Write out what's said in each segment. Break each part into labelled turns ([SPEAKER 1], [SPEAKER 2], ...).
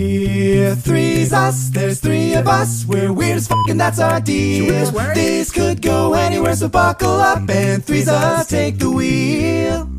[SPEAKER 1] We're three's us, there's three of us, we're weird as fucking that's our deal. This could go anywhere, so buckle up and three's us, take the wheel.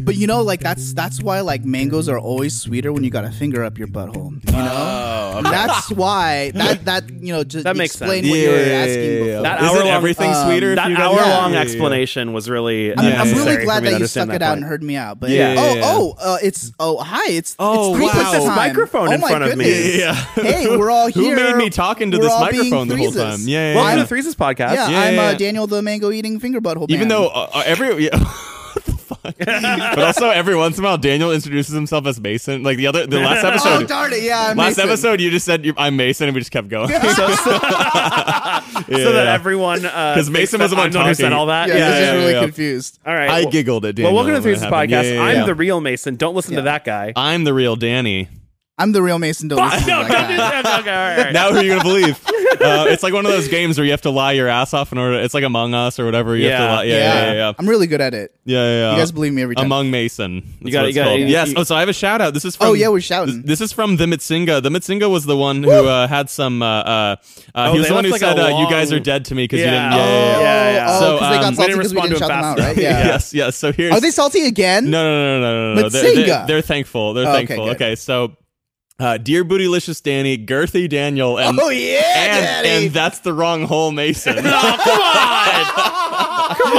[SPEAKER 2] But you know, like that's that's why like mangoes are always sweeter when you got a finger up your butthole. You know,
[SPEAKER 3] Oh,
[SPEAKER 2] that's why that that you know just
[SPEAKER 4] That makes
[SPEAKER 2] explain
[SPEAKER 4] sense.
[SPEAKER 2] what you were
[SPEAKER 3] Yeah, yeah,
[SPEAKER 2] asking.
[SPEAKER 3] yeah, yeah.
[SPEAKER 2] before.
[SPEAKER 4] That
[SPEAKER 3] Isn't
[SPEAKER 4] hour-long-
[SPEAKER 3] everything
[SPEAKER 2] um,
[SPEAKER 3] sweeter? if
[SPEAKER 4] That
[SPEAKER 3] you guys-
[SPEAKER 4] hour long
[SPEAKER 3] Yeah, yeah, yeah.
[SPEAKER 4] explanation was really.
[SPEAKER 2] I'm, I'm
[SPEAKER 4] necessary
[SPEAKER 2] really
[SPEAKER 4] for
[SPEAKER 2] glad
[SPEAKER 4] me to
[SPEAKER 2] that you
[SPEAKER 4] understand
[SPEAKER 2] stuck it
[SPEAKER 4] that
[SPEAKER 2] out
[SPEAKER 4] point.
[SPEAKER 2] and heard me out. But
[SPEAKER 3] Yeah.
[SPEAKER 2] oh
[SPEAKER 3] Yeah.
[SPEAKER 2] oh, uh, it's oh hi, it's
[SPEAKER 3] Oh,
[SPEAKER 2] it's threepence
[SPEAKER 3] wow. This
[SPEAKER 2] time.
[SPEAKER 4] microphone
[SPEAKER 2] oh,
[SPEAKER 4] in
[SPEAKER 2] my
[SPEAKER 4] front of me.
[SPEAKER 2] goodness.
[SPEAKER 3] Yeah.
[SPEAKER 2] Hey, we're all
[SPEAKER 3] Who
[SPEAKER 2] here.
[SPEAKER 3] made me talk into
[SPEAKER 2] We're
[SPEAKER 3] this
[SPEAKER 2] all being
[SPEAKER 3] microphone the whole
[SPEAKER 2] threeses.
[SPEAKER 3] time? Yeah, yeah,
[SPEAKER 4] Welcome
[SPEAKER 3] yeah.
[SPEAKER 4] to the Threeses podcast.
[SPEAKER 2] Yeah,
[SPEAKER 3] Yeah,
[SPEAKER 2] I'm
[SPEAKER 3] yeah,
[SPEAKER 2] Uh,
[SPEAKER 3] yeah.
[SPEAKER 2] Daniel the mango eating finger butthole.
[SPEAKER 3] Even
[SPEAKER 2] man.
[SPEAKER 3] though uh, uh, every yeah, what the fuck? but also every once in a while Daniel introduces himself as Mason. Like the other the last
[SPEAKER 2] oh
[SPEAKER 3] episode.
[SPEAKER 2] darn it, yeah, I'm
[SPEAKER 3] last
[SPEAKER 2] Mason.
[SPEAKER 3] episode you just said you I'm Mason and we just kept going.
[SPEAKER 4] So, so, so that
[SPEAKER 3] Yeah.
[SPEAKER 4] everyone uh, because
[SPEAKER 3] 'Cause Mason was the one
[SPEAKER 4] I'm who said
[SPEAKER 3] talking.
[SPEAKER 4] all that.
[SPEAKER 2] Yeah,
[SPEAKER 3] Yeah,
[SPEAKER 2] this
[SPEAKER 3] yeah,
[SPEAKER 2] is really
[SPEAKER 3] yeah.
[SPEAKER 2] confused.
[SPEAKER 4] All right.
[SPEAKER 3] I
[SPEAKER 4] well,
[SPEAKER 3] giggled at
[SPEAKER 4] Well,
[SPEAKER 3] Daniel.
[SPEAKER 4] welcome to the
[SPEAKER 3] when
[SPEAKER 4] Threeses
[SPEAKER 3] that happened.
[SPEAKER 4] podcast.
[SPEAKER 3] Yeah, yeah,
[SPEAKER 4] I'm
[SPEAKER 3] yeah.
[SPEAKER 4] the real Mason. Don't listen to that guy.
[SPEAKER 3] I'm the real Danny.
[SPEAKER 2] I'm the real Mason. Don't listen to
[SPEAKER 4] no,
[SPEAKER 2] that
[SPEAKER 4] Oh, don't do
[SPEAKER 2] guy.
[SPEAKER 4] that. Okay, all right.
[SPEAKER 3] Now who are you gonna believe? Uh, it's like one of those games where you have to lie your ass off in order. It's like Among Us or whatever. You have to
[SPEAKER 4] Yeah.
[SPEAKER 3] lie. Yeah, yeah, yeah, Uh, yeah.
[SPEAKER 2] I'm really good at it.
[SPEAKER 3] Yeah, yeah, yeah.
[SPEAKER 2] You guys believe me every time.
[SPEAKER 3] Among Mason. That's
[SPEAKER 4] gotta-
[SPEAKER 3] what
[SPEAKER 4] you
[SPEAKER 3] it's
[SPEAKER 4] gotta-
[SPEAKER 3] called.
[SPEAKER 4] you-
[SPEAKER 3] yes.
[SPEAKER 4] you-
[SPEAKER 3] oh, so I have a shout out. This is from.
[SPEAKER 2] Oh, yeah, we're shouting.
[SPEAKER 3] This is from the Mitsinga. The Mitsinga was the one who uh, had some. Uh, uh, uh,
[SPEAKER 4] Oh,
[SPEAKER 3] he was
[SPEAKER 4] they
[SPEAKER 3] the one who
[SPEAKER 4] left, like,
[SPEAKER 3] said,
[SPEAKER 4] a
[SPEAKER 3] uh, "You guys
[SPEAKER 4] long-
[SPEAKER 3] are dead to me because
[SPEAKER 4] Yeah.
[SPEAKER 3] you didn't." Yeah, yeah, yeah.
[SPEAKER 4] Yeah, yeah.
[SPEAKER 2] Oh,
[SPEAKER 3] So,
[SPEAKER 2] 'cause they
[SPEAKER 3] um,
[SPEAKER 2] got
[SPEAKER 3] we
[SPEAKER 2] salty
[SPEAKER 4] didn't
[SPEAKER 2] because we
[SPEAKER 4] respond
[SPEAKER 2] didn't
[SPEAKER 4] to
[SPEAKER 2] shout
[SPEAKER 4] him
[SPEAKER 2] them out,
[SPEAKER 4] fast
[SPEAKER 2] right?
[SPEAKER 4] enough.
[SPEAKER 2] Yeah.
[SPEAKER 3] Yes, yes. So here's.
[SPEAKER 2] Are they salty again?
[SPEAKER 3] No, no, no, no, no, no. no. They're, they're,
[SPEAKER 2] Mitsinga.
[SPEAKER 3] they're thankful. They're
[SPEAKER 2] Oh, okay,
[SPEAKER 3] thankful.
[SPEAKER 2] good.
[SPEAKER 3] Okay, so. Uh, dear bootylicious Danny, girthy Daniel, and
[SPEAKER 2] Oh yeah,
[SPEAKER 3] and,
[SPEAKER 2] Daddy.
[SPEAKER 3] and that's the wrong hole, Mason.
[SPEAKER 4] Oh, Come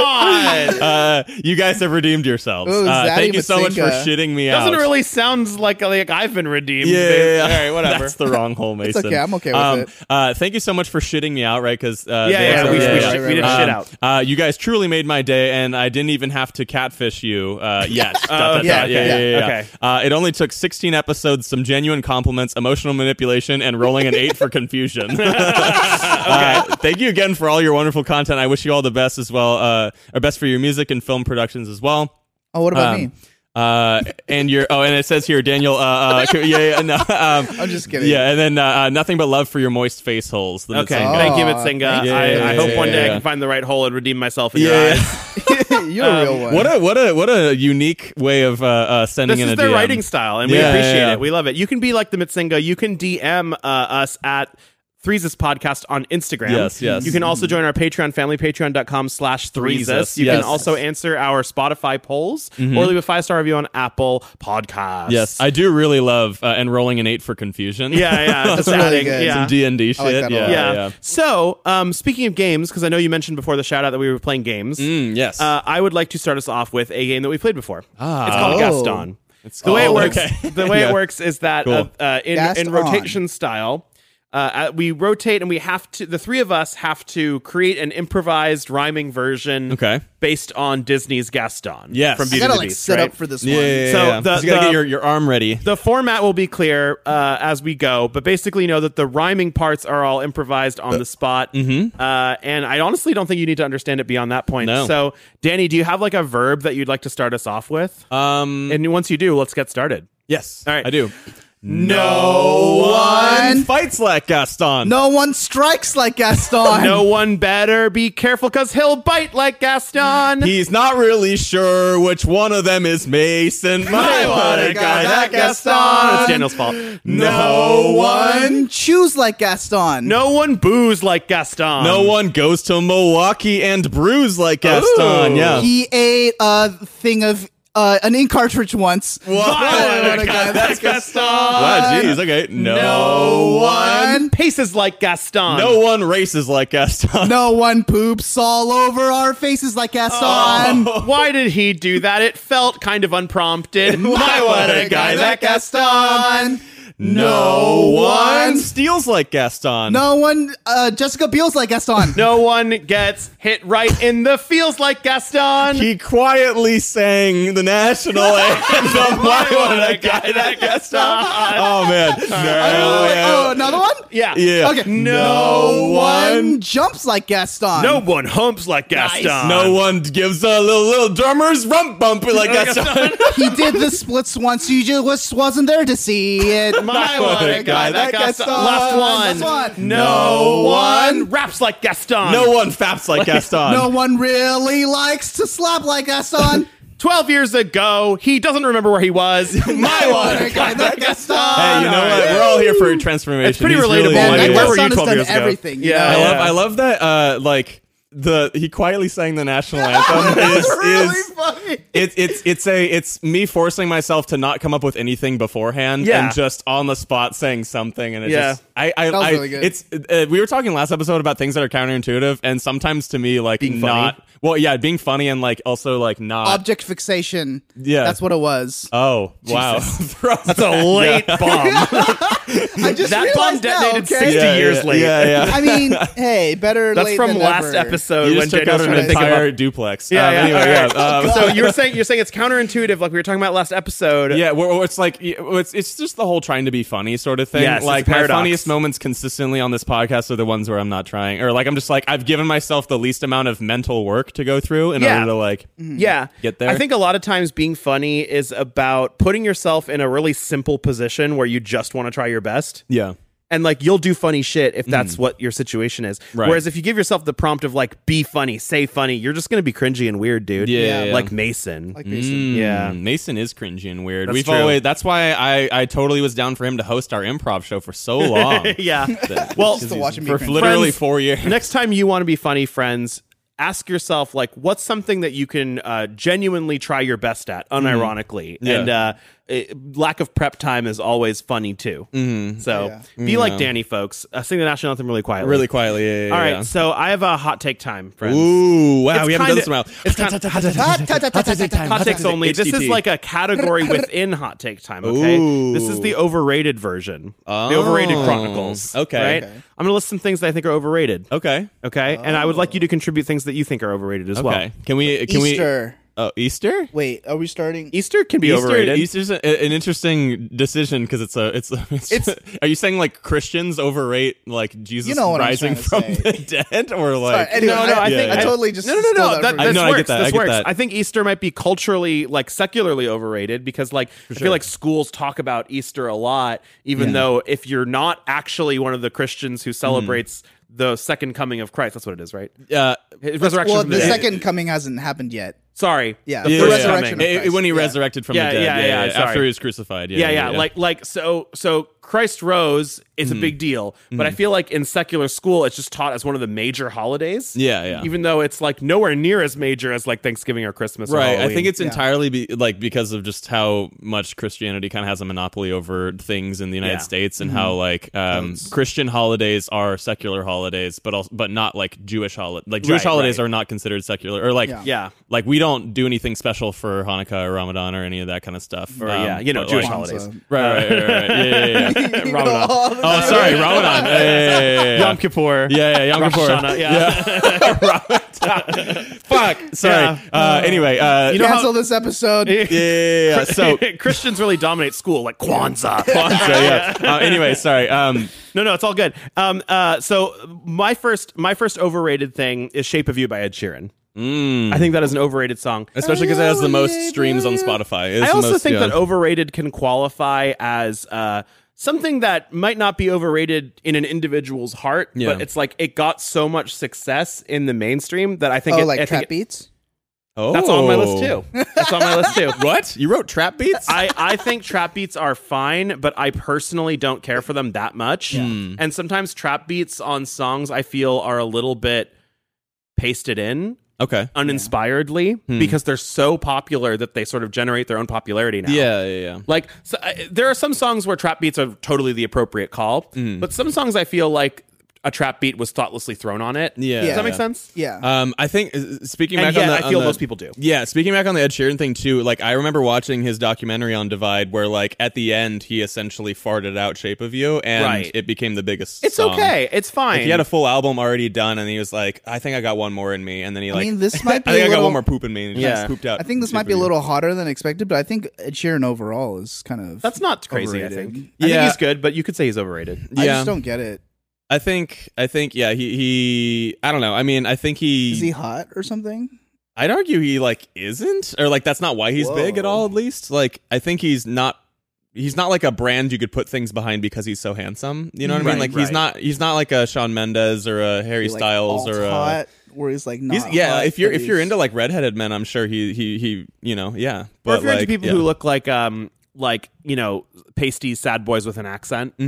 [SPEAKER 4] on.
[SPEAKER 3] uh, you guys have redeemed yourselves.
[SPEAKER 2] Ooh,
[SPEAKER 3] Uh,
[SPEAKER 2] Zaddy
[SPEAKER 3] thank you so much for
[SPEAKER 2] Matsinga.
[SPEAKER 3] shitting me out.
[SPEAKER 4] Doesn't really sound like like I've been redeemed.
[SPEAKER 3] Yeah, yeah, yeah.
[SPEAKER 4] All right, whatever.
[SPEAKER 3] That's the wrong hole, Mason.
[SPEAKER 2] okay, I'm okay with it.
[SPEAKER 3] Uh, thank you so much for shitting me out, right? Because uh,
[SPEAKER 4] Yeah,
[SPEAKER 3] they-
[SPEAKER 4] yeah,
[SPEAKER 2] we- we
[SPEAKER 3] yeah,
[SPEAKER 2] sh-
[SPEAKER 3] yeah.
[SPEAKER 2] we did
[SPEAKER 3] Um,
[SPEAKER 4] shit out.
[SPEAKER 3] Uh, you guys truly made my day, and I didn't even have to catfish you uh, yet. Dot, dot,
[SPEAKER 4] yeah,
[SPEAKER 3] dot. yeah, yeah,
[SPEAKER 4] okay,
[SPEAKER 3] yeah, yeah.
[SPEAKER 4] okay.
[SPEAKER 3] Uh, it only took 16 episodes, some genuine compliments, emotional manipulation, and rolling an eight for confusion. uh, thank you again for all your wonderful content. I wish you all the best as well, uh, or best for your music and film productions as well.
[SPEAKER 2] Oh, what about
[SPEAKER 3] Um,
[SPEAKER 2] me?
[SPEAKER 3] Uh, and your oh, and it says here, Daniel. Uh, uh yeah, yeah, no, um,
[SPEAKER 2] I'm just kidding.
[SPEAKER 3] yeah, and then uh, uh, nothing but love for your moist face holes. The
[SPEAKER 4] Okay, Oh.
[SPEAKER 3] Mitsunga.
[SPEAKER 4] thank you,
[SPEAKER 2] Aw,
[SPEAKER 4] Mitsinga.
[SPEAKER 2] thank
[SPEAKER 3] you.
[SPEAKER 4] I,
[SPEAKER 3] Yeah,
[SPEAKER 4] I
[SPEAKER 3] yeah,
[SPEAKER 4] hope
[SPEAKER 3] yeah,
[SPEAKER 4] one day
[SPEAKER 3] yeah.
[SPEAKER 4] I can find the right hole and redeem myself in
[SPEAKER 3] Yeah.
[SPEAKER 4] your eyes.
[SPEAKER 2] You're a real one.
[SPEAKER 3] Um, What a what a what a unique way of uh, uh, sending
[SPEAKER 4] This
[SPEAKER 3] in
[SPEAKER 4] is
[SPEAKER 3] a
[SPEAKER 4] their
[SPEAKER 3] DM.
[SPEAKER 4] writing style, and we
[SPEAKER 3] Yeah,
[SPEAKER 4] appreciate
[SPEAKER 3] yeah, yeah.
[SPEAKER 4] it. We love it. You can be like the Mitsinga. You can DM uh, us at Threeses Podcast on Instagram.
[SPEAKER 3] Yes, yes.
[SPEAKER 4] You can also join our Patreon family, patreon.com slash Threeses.
[SPEAKER 3] Threeses,
[SPEAKER 4] You can
[SPEAKER 3] yes. Mm-hmm.
[SPEAKER 4] also answer our Spotify polls or leave a five-star review on Apple Podcasts.
[SPEAKER 3] Yes, I do really love uh, enrolling an eight for confusion.
[SPEAKER 4] yeah, yeah. Just
[SPEAKER 2] really
[SPEAKER 4] adding,
[SPEAKER 2] good.
[SPEAKER 4] Yeah.
[SPEAKER 3] some D and D shit.
[SPEAKER 2] like that a
[SPEAKER 3] yeah,
[SPEAKER 2] lot.
[SPEAKER 3] yeah.
[SPEAKER 4] yeah.
[SPEAKER 3] yeah.
[SPEAKER 4] So, um, speaking of games, because I know you mentioned before the shout out that we were playing games,
[SPEAKER 3] Mm, yes.
[SPEAKER 4] uh, I would like to start us off with a game that we played before.
[SPEAKER 3] Ah.
[SPEAKER 4] It's called
[SPEAKER 2] Oh.
[SPEAKER 4] Gaston. the way it
[SPEAKER 3] called-
[SPEAKER 4] works,
[SPEAKER 3] okay.
[SPEAKER 4] the way
[SPEAKER 3] Yeah.
[SPEAKER 4] it works is that uh,
[SPEAKER 3] Cool.
[SPEAKER 4] uh, in in
[SPEAKER 2] Gaston.
[SPEAKER 4] rotation style, uh, uh, we rotate and we have to. The three of us have to create an improvised rhyming version,
[SPEAKER 3] Okay.
[SPEAKER 4] based on Disney's Gaston.
[SPEAKER 3] Yes. I
[SPEAKER 4] from
[SPEAKER 2] I
[SPEAKER 4] Beauty
[SPEAKER 2] gotta
[SPEAKER 4] and the
[SPEAKER 2] like
[SPEAKER 4] Beast,
[SPEAKER 2] set
[SPEAKER 4] right?
[SPEAKER 2] up for this
[SPEAKER 3] yeah,
[SPEAKER 2] one.
[SPEAKER 3] yeah, yeah,
[SPEAKER 4] So
[SPEAKER 3] yeah.
[SPEAKER 4] the-
[SPEAKER 3] you gotta
[SPEAKER 4] the-
[SPEAKER 3] get your, your arm ready.
[SPEAKER 4] the format will be clear uh, as we go, but basically know that the rhyming parts are all improvised on the spot. Mm-hmm. Uh, and I honestly don't think you need to understand it beyond that point.
[SPEAKER 3] No.
[SPEAKER 4] So, Danny, do you have like a verb that you'd like to start us off with?
[SPEAKER 3] um,
[SPEAKER 4] and once you do, let's get started.
[SPEAKER 3] yes,
[SPEAKER 4] All right.
[SPEAKER 3] I do.
[SPEAKER 4] No
[SPEAKER 2] one-
[SPEAKER 3] fights like Gaston.
[SPEAKER 2] No one strikes like Gaston.
[SPEAKER 4] No one better be careful because he'll bite like Gaston.
[SPEAKER 3] He's not really sure which one of them is Mason. My what a guy, that
[SPEAKER 4] Oh,
[SPEAKER 3] Gaston.
[SPEAKER 4] it's Daniel's fault.
[SPEAKER 3] No one.
[SPEAKER 2] one chews like Gaston.
[SPEAKER 4] No one boos like Gaston.
[SPEAKER 3] No one goes to Milwaukee and brews like Gaston.
[SPEAKER 4] Ooh.
[SPEAKER 3] Yeah.
[SPEAKER 2] He ate a thing of uh, an ink cartridge once.
[SPEAKER 3] Wow,
[SPEAKER 2] What a guy, that's
[SPEAKER 4] Gaston.
[SPEAKER 3] wow, Ah, jeez. Okay. No,
[SPEAKER 2] one.
[SPEAKER 4] Paces like Gaston.
[SPEAKER 3] No one races like Gaston.
[SPEAKER 2] No one poops all over our faces like Gaston.
[SPEAKER 3] Oh,
[SPEAKER 4] Why did he do that? It felt kind of unprompted.
[SPEAKER 3] My, what a guy, that
[SPEAKER 2] Gaston.
[SPEAKER 3] No
[SPEAKER 2] one.
[SPEAKER 3] steals like Gaston.
[SPEAKER 2] No one. Uh, Jessica Biel's like Gaston.
[SPEAKER 4] No one gets hit right in the feels like Gaston.
[SPEAKER 3] He quietly sang the national anthem. My what a guy, that Gaston. Oh man. No, yeah.
[SPEAKER 2] Oh, another one?
[SPEAKER 4] yeah.
[SPEAKER 3] Yeah.
[SPEAKER 2] Okay.
[SPEAKER 3] No one.
[SPEAKER 2] One jumps like Gaston.
[SPEAKER 4] No one humps like Gaston.
[SPEAKER 3] No one gives a little little drummer's rump bump like Gaston.
[SPEAKER 2] He did the splits once. You just wasn't there to see it.
[SPEAKER 4] My what a guy, that Gaston. Last one.
[SPEAKER 2] Last one.
[SPEAKER 4] No
[SPEAKER 3] No
[SPEAKER 4] one
[SPEAKER 3] one.
[SPEAKER 4] raps like Gaston.
[SPEAKER 3] No one faps like Gaston.
[SPEAKER 2] No one really likes to slap like Gaston.
[SPEAKER 4] 12 years ago, he doesn't remember where he was. My one.
[SPEAKER 3] Hey, you know what? We're all here for transformation.
[SPEAKER 4] It's pretty
[SPEAKER 3] He's really
[SPEAKER 4] relatable.
[SPEAKER 2] Yeah,
[SPEAKER 3] one
[SPEAKER 4] I mean,
[SPEAKER 3] year.
[SPEAKER 2] Michael
[SPEAKER 4] where were you
[SPEAKER 2] Son has
[SPEAKER 4] 12
[SPEAKER 2] done
[SPEAKER 4] years ago?
[SPEAKER 2] everything, you
[SPEAKER 4] Yeah.
[SPEAKER 2] know?
[SPEAKER 3] I
[SPEAKER 4] yeah.
[SPEAKER 3] love I love that uh like the he quietly sang the national anthem is is
[SPEAKER 2] funny.
[SPEAKER 3] it, it's it's a it's me forcing myself to not come up with anything beforehand
[SPEAKER 4] Yeah.
[SPEAKER 3] and just on the spot saying something and it
[SPEAKER 4] Yeah.
[SPEAKER 3] just I I,
[SPEAKER 2] That was
[SPEAKER 3] I
[SPEAKER 2] really good.
[SPEAKER 3] it's uh, we were talking last episode about things that are counterintuitive and sometimes to me like
[SPEAKER 4] Being funny.
[SPEAKER 3] not well yeah being funny and like also like not
[SPEAKER 2] Object fixation.
[SPEAKER 3] Yeah.
[SPEAKER 2] that's what it was.
[SPEAKER 3] oh wow
[SPEAKER 4] That's a late bomb.
[SPEAKER 2] I just
[SPEAKER 4] that bomb
[SPEAKER 2] realized now,
[SPEAKER 4] detonated
[SPEAKER 2] okay?
[SPEAKER 4] 60
[SPEAKER 3] Yeah,
[SPEAKER 4] years
[SPEAKER 3] yeah,
[SPEAKER 4] late.
[SPEAKER 3] yeah yeah
[SPEAKER 2] I mean, hey, better
[SPEAKER 4] That's
[SPEAKER 2] late
[SPEAKER 4] from
[SPEAKER 2] than
[SPEAKER 4] last
[SPEAKER 2] never.
[SPEAKER 4] episode
[SPEAKER 3] you
[SPEAKER 4] when
[SPEAKER 3] just took
[SPEAKER 4] Jay
[SPEAKER 3] out
[SPEAKER 4] was
[SPEAKER 3] an
[SPEAKER 4] trying to think about
[SPEAKER 3] entire duplex
[SPEAKER 4] Yeah,
[SPEAKER 3] Um,
[SPEAKER 4] yeah.
[SPEAKER 3] anyway
[SPEAKER 4] all right.
[SPEAKER 3] yeah um,
[SPEAKER 4] so you were saying you're saying it's counterintuitive, like we were talking about last episode.
[SPEAKER 3] Yeah, well, well, it's like y- well, it's it's just the whole trying to be funny sort of thing.
[SPEAKER 4] Yes, it's
[SPEAKER 3] like
[SPEAKER 4] a
[SPEAKER 3] my
[SPEAKER 4] paradox.
[SPEAKER 3] funniest moments consistently on this podcast are the ones where I'm not trying, or like I'm just like I've given myself the least amount of mental work to go through in
[SPEAKER 4] Yeah.
[SPEAKER 3] order to like.
[SPEAKER 4] Mm-hmm. yeah.
[SPEAKER 3] Get there.
[SPEAKER 4] I think a lot of times being funny is about putting yourself in a really simple position where you just want to try your best.
[SPEAKER 3] Yeah,
[SPEAKER 4] And like you'll do funny shit if that's what your situation is.
[SPEAKER 3] Mm-hmm. Right.
[SPEAKER 4] Whereas if you give yourself the prompt of like be funny, say funny, you're just gonna be cringy and weird, dude.
[SPEAKER 3] Yeah, yeah.
[SPEAKER 4] Like Mason.
[SPEAKER 2] Like basically.
[SPEAKER 4] yeah.
[SPEAKER 3] Mm, Mason is cringy and weird.
[SPEAKER 4] That's
[SPEAKER 3] We've
[SPEAKER 4] true.
[SPEAKER 3] always that's why I I totally was down for him to host our improv show for so long.
[SPEAKER 4] yeah.
[SPEAKER 3] That-
[SPEAKER 4] Well,
[SPEAKER 2] Just to watch him be
[SPEAKER 3] for
[SPEAKER 2] cringy.
[SPEAKER 3] literally
[SPEAKER 4] Friends-
[SPEAKER 3] four years.
[SPEAKER 4] next time you want to be funny friends ask yourself like what's something that you can uh, genuinely try your best at unironically
[SPEAKER 3] Mm-hmm. Yeah.
[SPEAKER 4] and uh, it- lack of prep time is always funny too
[SPEAKER 3] Mm-hmm.
[SPEAKER 4] so
[SPEAKER 2] Yeah.
[SPEAKER 4] be like danny folks uh, sing the national anthem really quietly
[SPEAKER 3] really quietly. Yeah, yeah,
[SPEAKER 4] all right
[SPEAKER 3] yeah.
[SPEAKER 4] so i have a hot take time friends
[SPEAKER 3] Ooh, wow,
[SPEAKER 4] It's
[SPEAKER 3] we haven't done
[SPEAKER 4] kinda-
[SPEAKER 3] this in a while.
[SPEAKER 4] it's kinda-
[SPEAKER 2] Ta- ta- ta- ta- ta- ta- ta-
[SPEAKER 4] Hot takes
[SPEAKER 3] take,
[SPEAKER 4] only. This is
[SPEAKER 3] HTT.
[SPEAKER 4] like a category within hot take time. Okay,
[SPEAKER 3] Ooh.
[SPEAKER 4] this is the overrated version. The overrated
[SPEAKER 3] Oh.
[SPEAKER 4] chronicles.
[SPEAKER 3] Okay.
[SPEAKER 4] right?
[SPEAKER 3] Okay.
[SPEAKER 4] I'm gonna list some things that I think are overrated.
[SPEAKER 3] Okay.
[SPEAKER 4] Okay, and I would like you to contribute things that you think are overrated as
[SPEAKER 3] Okay.
[SPEAKER 4] well.
[SPEAKER 3] can we? Can
[SPEAKER 2] Easter.
[SPEAKER 3] we? Oh, Easter.
[SPEAKER 2] Wait, are we starting?
[SPEAKER 4] Easter can be
[SPEAKER 3] Easter,
[SPEAKER 4] overrated.
[SPEAKER 3] Easter's a, an interesting decision because it's a it's a, it's,
[SPEAKER 2] It's-
[SPEAKER 3] Are you saying like Christians overrate like Jesus
[SPEAKER 2] You know what I'm
[SPEAKER 3] rising from
[SPEAKER 2] trying to
[SPEAKER 3] the dead or like?
[SPEAKER 2] Sorry, anyway,
[SPEAKER 4] no, no, I, think
[SPEAKER 3] yeah.
[SPEAKER 2] I totally just
[SPEAKER 4] no, no, no,
[SPEAKER 2] stole
[SPEAKER 4] no. That,
[SPEAKER 2] from
[SPEAKER 3] I-
[SPEAKER 4] this
[SPEAKER 3] no, I
[SPEAKER 4] works.
[SPEAKER 3] get that,
[SPEAKER 4] This
[SPEAKER 3] I get
[SPEAKER 4] works.
[SPEAKER 3] that.
[SPEAKER 4] I think Easter might be culturally, like secularly overrated because, like, I feel like schools talk about Easter a lot, even though if you're not actually one of the Christians
[SPEAKER 3] Mm.
[SPEAKER 4] who celebrates the second coming of Christ, that's what it is, right?
[SPEAKER 3] uh,
[SPEAKER 4] His resurrection.
[SPEAKER 2] well,
[SPEAKER 4] from the,
[SPEAKER 2] the
[SPEAKER 4] dead.
[SPEAKER 2] second coming hasn't happened yet.
[SPEAKER 4] Sorry.
[SPEAKER 2] Yeah,
[SPEAKER 4] The
[SPEAKER 2] the
[SPEAKER 4] first
[SPEAKER 2] resurrection
[SPEAKER 4] coming.
[SPEAKER 2] of
[SPEAKER 3] Eh, eh, when he
[SPEAKER 2] Christ, yeah.
[SPEAKER 3] resurrected from
[SPEAKER 4] Yeah,
[SPEAKER 3] the dead.
[SPEAKER 4] yeah, yeah,
[SPEAKER 3] After
[SPEAKER 4] sorry.
[SPEAKER 3] he was crucified. Yeah, Mm.
[SPEAKER 4] yeah, yeah, Like, like, so, so Christ rose is a big deal, but I feel like in secular school, it's just taught as one of the major holidays.
[SPEAKER 3] Yeah, yeah.
[SPEAKER 4] Even though it's like nowhere near as major as like Thanksgiving or Christmas. or
[SPEAKER 3] Right, I
[SPEAKER 4] Halloween.
[SPEAKER 3] think it's entirely be, like because of just how much Christianity kind of has a monopoly over things in the United
[SPEAKER 4] Yeah.
[SPEAKER 3] States, and how like um, Christian holidays are secular holidays, but also but not like Jewish holidays. Like Jewish
[SPEAKER 4] Right,
[SPEAKER 3] holidays
[SPEAKER 4] right.
[SPEAKER 3] are not considered secular, or like
[SPEAKER 2] Yeah.
[SPEAKER 4] Yeah.
[SPEAKER 3] like we don't do anything special for Hanukkah or Ramadan or any of that kind of stuff.
[SPEAKER 4] Or,
[SPEAKER 3] Um,
[SPEAKER 4] yeah, you know,
[SPEAKER 3] but,
[SPEAKER 4] Jewish
[SPEAKER 3] like-
[SPEAKER 4] holidays.
[SPEAKER 3] Right, right, right, right. Yeah, yeah, yeah, yeah.
[SPEAKER 2] You know,
[SPEAKER 4] Ramadan.
[SPEAKER 2] all the-
[SPEAKER 3] Oh, sorry, Ramadan. Yeah, yeah, yeah, yeah, yeah.
[SPEAKER 4] Yom Kippur.
[SPEAKER 3] Yeah, yeah, Yom
[SPEAKER 4] Rosh
[SPEAKER 3] Kippur.
[SPEAKER 4] Hashanah, yeah.
[SPEAKER 3] Fuck. Sorry. Uh, anyway, uh,
[SPEAKER 4] know how-
[SPEAKER 2] Cancel this episode.
[SPEAKER 3] yeah, yeah, yeah, yeah. So.
[SPEAKER 4] Christians really dominate school, like Kwanzaa.
[SPEAKER 3] Kwanzaa, yeah. Uh, anyway, sorry. Um,
[SPEAKER 4] No, no, it's all good. Um, uh, so my first, my first overrated thing is "Shape of You" by Ed Sheeran. I think that is an overrated song.
[SPEAKER 3] mm. especially because it has the most streams on Spotify. It's
[SPEAKER 4] I
[SPEAKER 3] the
[SPEAKER 4] also
[SPEAKER 3] most,
[SPEAKER 4] think
[SPEAKER 3] yeah.
[SPEAKER 4] that overrated can qualify as uh, something that might not be overrated in an individual's heart,
[SPEAKER 3] Yeah.
[SPEAKER 4] but it's like it got so much success in the mainstream that I think
[SPEAKER 2] Oh,
[SPEAKER 4] it, I
[SPEAKER 2] like
[SPEAKER 4] think
[SPEAKER 2] trap
[SPEAKER 4] it-
[SPEAKER 2] beats.
[SPEAKER 3] oh.
[SPEAKER 4] That's on my list too. That's on my list too.
[SPEAKER 3] What you wrote? Trap beats?
[SPEAKER 4] I, I think trap beats are fine, but I personally don't care for them that much.
[SPEAKER 2] Hmm.
[SPEAKER 4] And sometimes trap beats on songs I feel are a little bit pasted in
[SPEAKER 3] okay.
[SPEAKER 4] uninspiredly
[SPEAKER 3] Hmm.
[SPEAKER 4] because they're so popular that they sort of generate their own popularity now.
[SPEAKER 3] Yeah, yeah, yeah.
[SPEAKER 4] Like so, I, there are some songs where trap beats are totally the appropriate call,
[SPEAKER 3] Mm.
[SPEAKER 4] but some songs I feel like a trap beat was thoughtlessly thrown on it.
[SPEAKER 3] Yeah.
[SPEAKER 4] Does
[SPEAKER 2] Yeah.
[SPEAKER 4] that make sense?
[SPEAKER 2] Yeah.
[SPEAKER 3] Um, I think uh, speaking
[SPEAKER 4] And
[SPEAKER 3] back
[SPEAKER 4] yet,
[SPEAKER 3] on
[SPEAKER 4] I
[SPEAKER 3] the, on
[SPEAKER 4] feel
[SPEAKER 3] the-
[SPEAKER 4] most people do.
[SPEAKER 3] Yeah, speaking back on the Ed Sheeran thing too. Like I remember watching his documentary on Divide, where like at the end he essentially farted out "Shape of You" and
[SPEAKER 4] Right.
[SPEAKER 3] it became the biggest.
[SPEAKER 4] It's
[SPEAKER 3] song.
[SPEAKER 4] okay. It's fine.
[SPEAKER 3] He had a full album already done, and he was like, "I think I got one more in me," and then he like,
[SPEAKER 2] mean, this might be
[SPEAKER 3] I think
[SPEAKER 2] a
[SPEAKER 3] I got
[SPEAKER 2] little-
[SPEAKER 3] one more poop in me." And he
[SPEAKER 4] Yeah.
[SPEAKER 3] just pooped out.
[SPEAKER 2] I think this
[SPEAKER 3] "Shape
[SPEAKER 2] might be a
[SPEAKER 3] of You."
[SPEAKER 2] little hotter than expected, but I think Ed Sheeran overall is kind of.
[SPEAKER 4] That's not crazy. I
[SPEAKER 2] Overrated.
[SPEAKER 4] think. I
[SPEAKER 3] Yeah.
[SPEAKER 4] think he's good, but you could say he's overrated.
[SPEAKER 2] I
[SPEAKER 3] Yeah.
[SPEAKER 2] just don't get it.
[SPEAKER 3] I think. I think. Yeah. He. He. I don't know. I mean. I think he.
[SPEAKER 2] Is he hot or something?
[SPEAKER 3] I'd argue he like isn't, or like that's not why he's big at all. At least like I think he's not he's not like a brand you could put things behind because he's so handsome. You know what I mean?
[SPEAKER 4] Right,
[SPEAKER 3] Like he's
[SPEAKER 4] right.
[SPEAKER 3] not he's not like a Sean Mendes or a Harry
[SPEAKER 2] like,
[SPEAKER 3] Styles
[SPEAKER 2] alt
[SPEAKER 3] or a
[SPEAKER 2] hot, where he's like not
[SPEAKER 3] He's, yeah,
[SPEAKER 2] hot,
[SPEAKER 3] if you're
[SPEAKER 2] but
[SPEAKER 3] if you're
[SPEAKER 2] he's-
[SPEAKER 3] into like redheaded men, I'm sure he he he you know yeah. But
[SPEAKER 4] or if you're
[SPEAKER 3] like
[SPEAKER 4] into people
[SPEAKER 3] yeah.
[SPEAKER 4] who look like um like you know pasty sad boys with an accent.
[SPEAKER 3] yeah,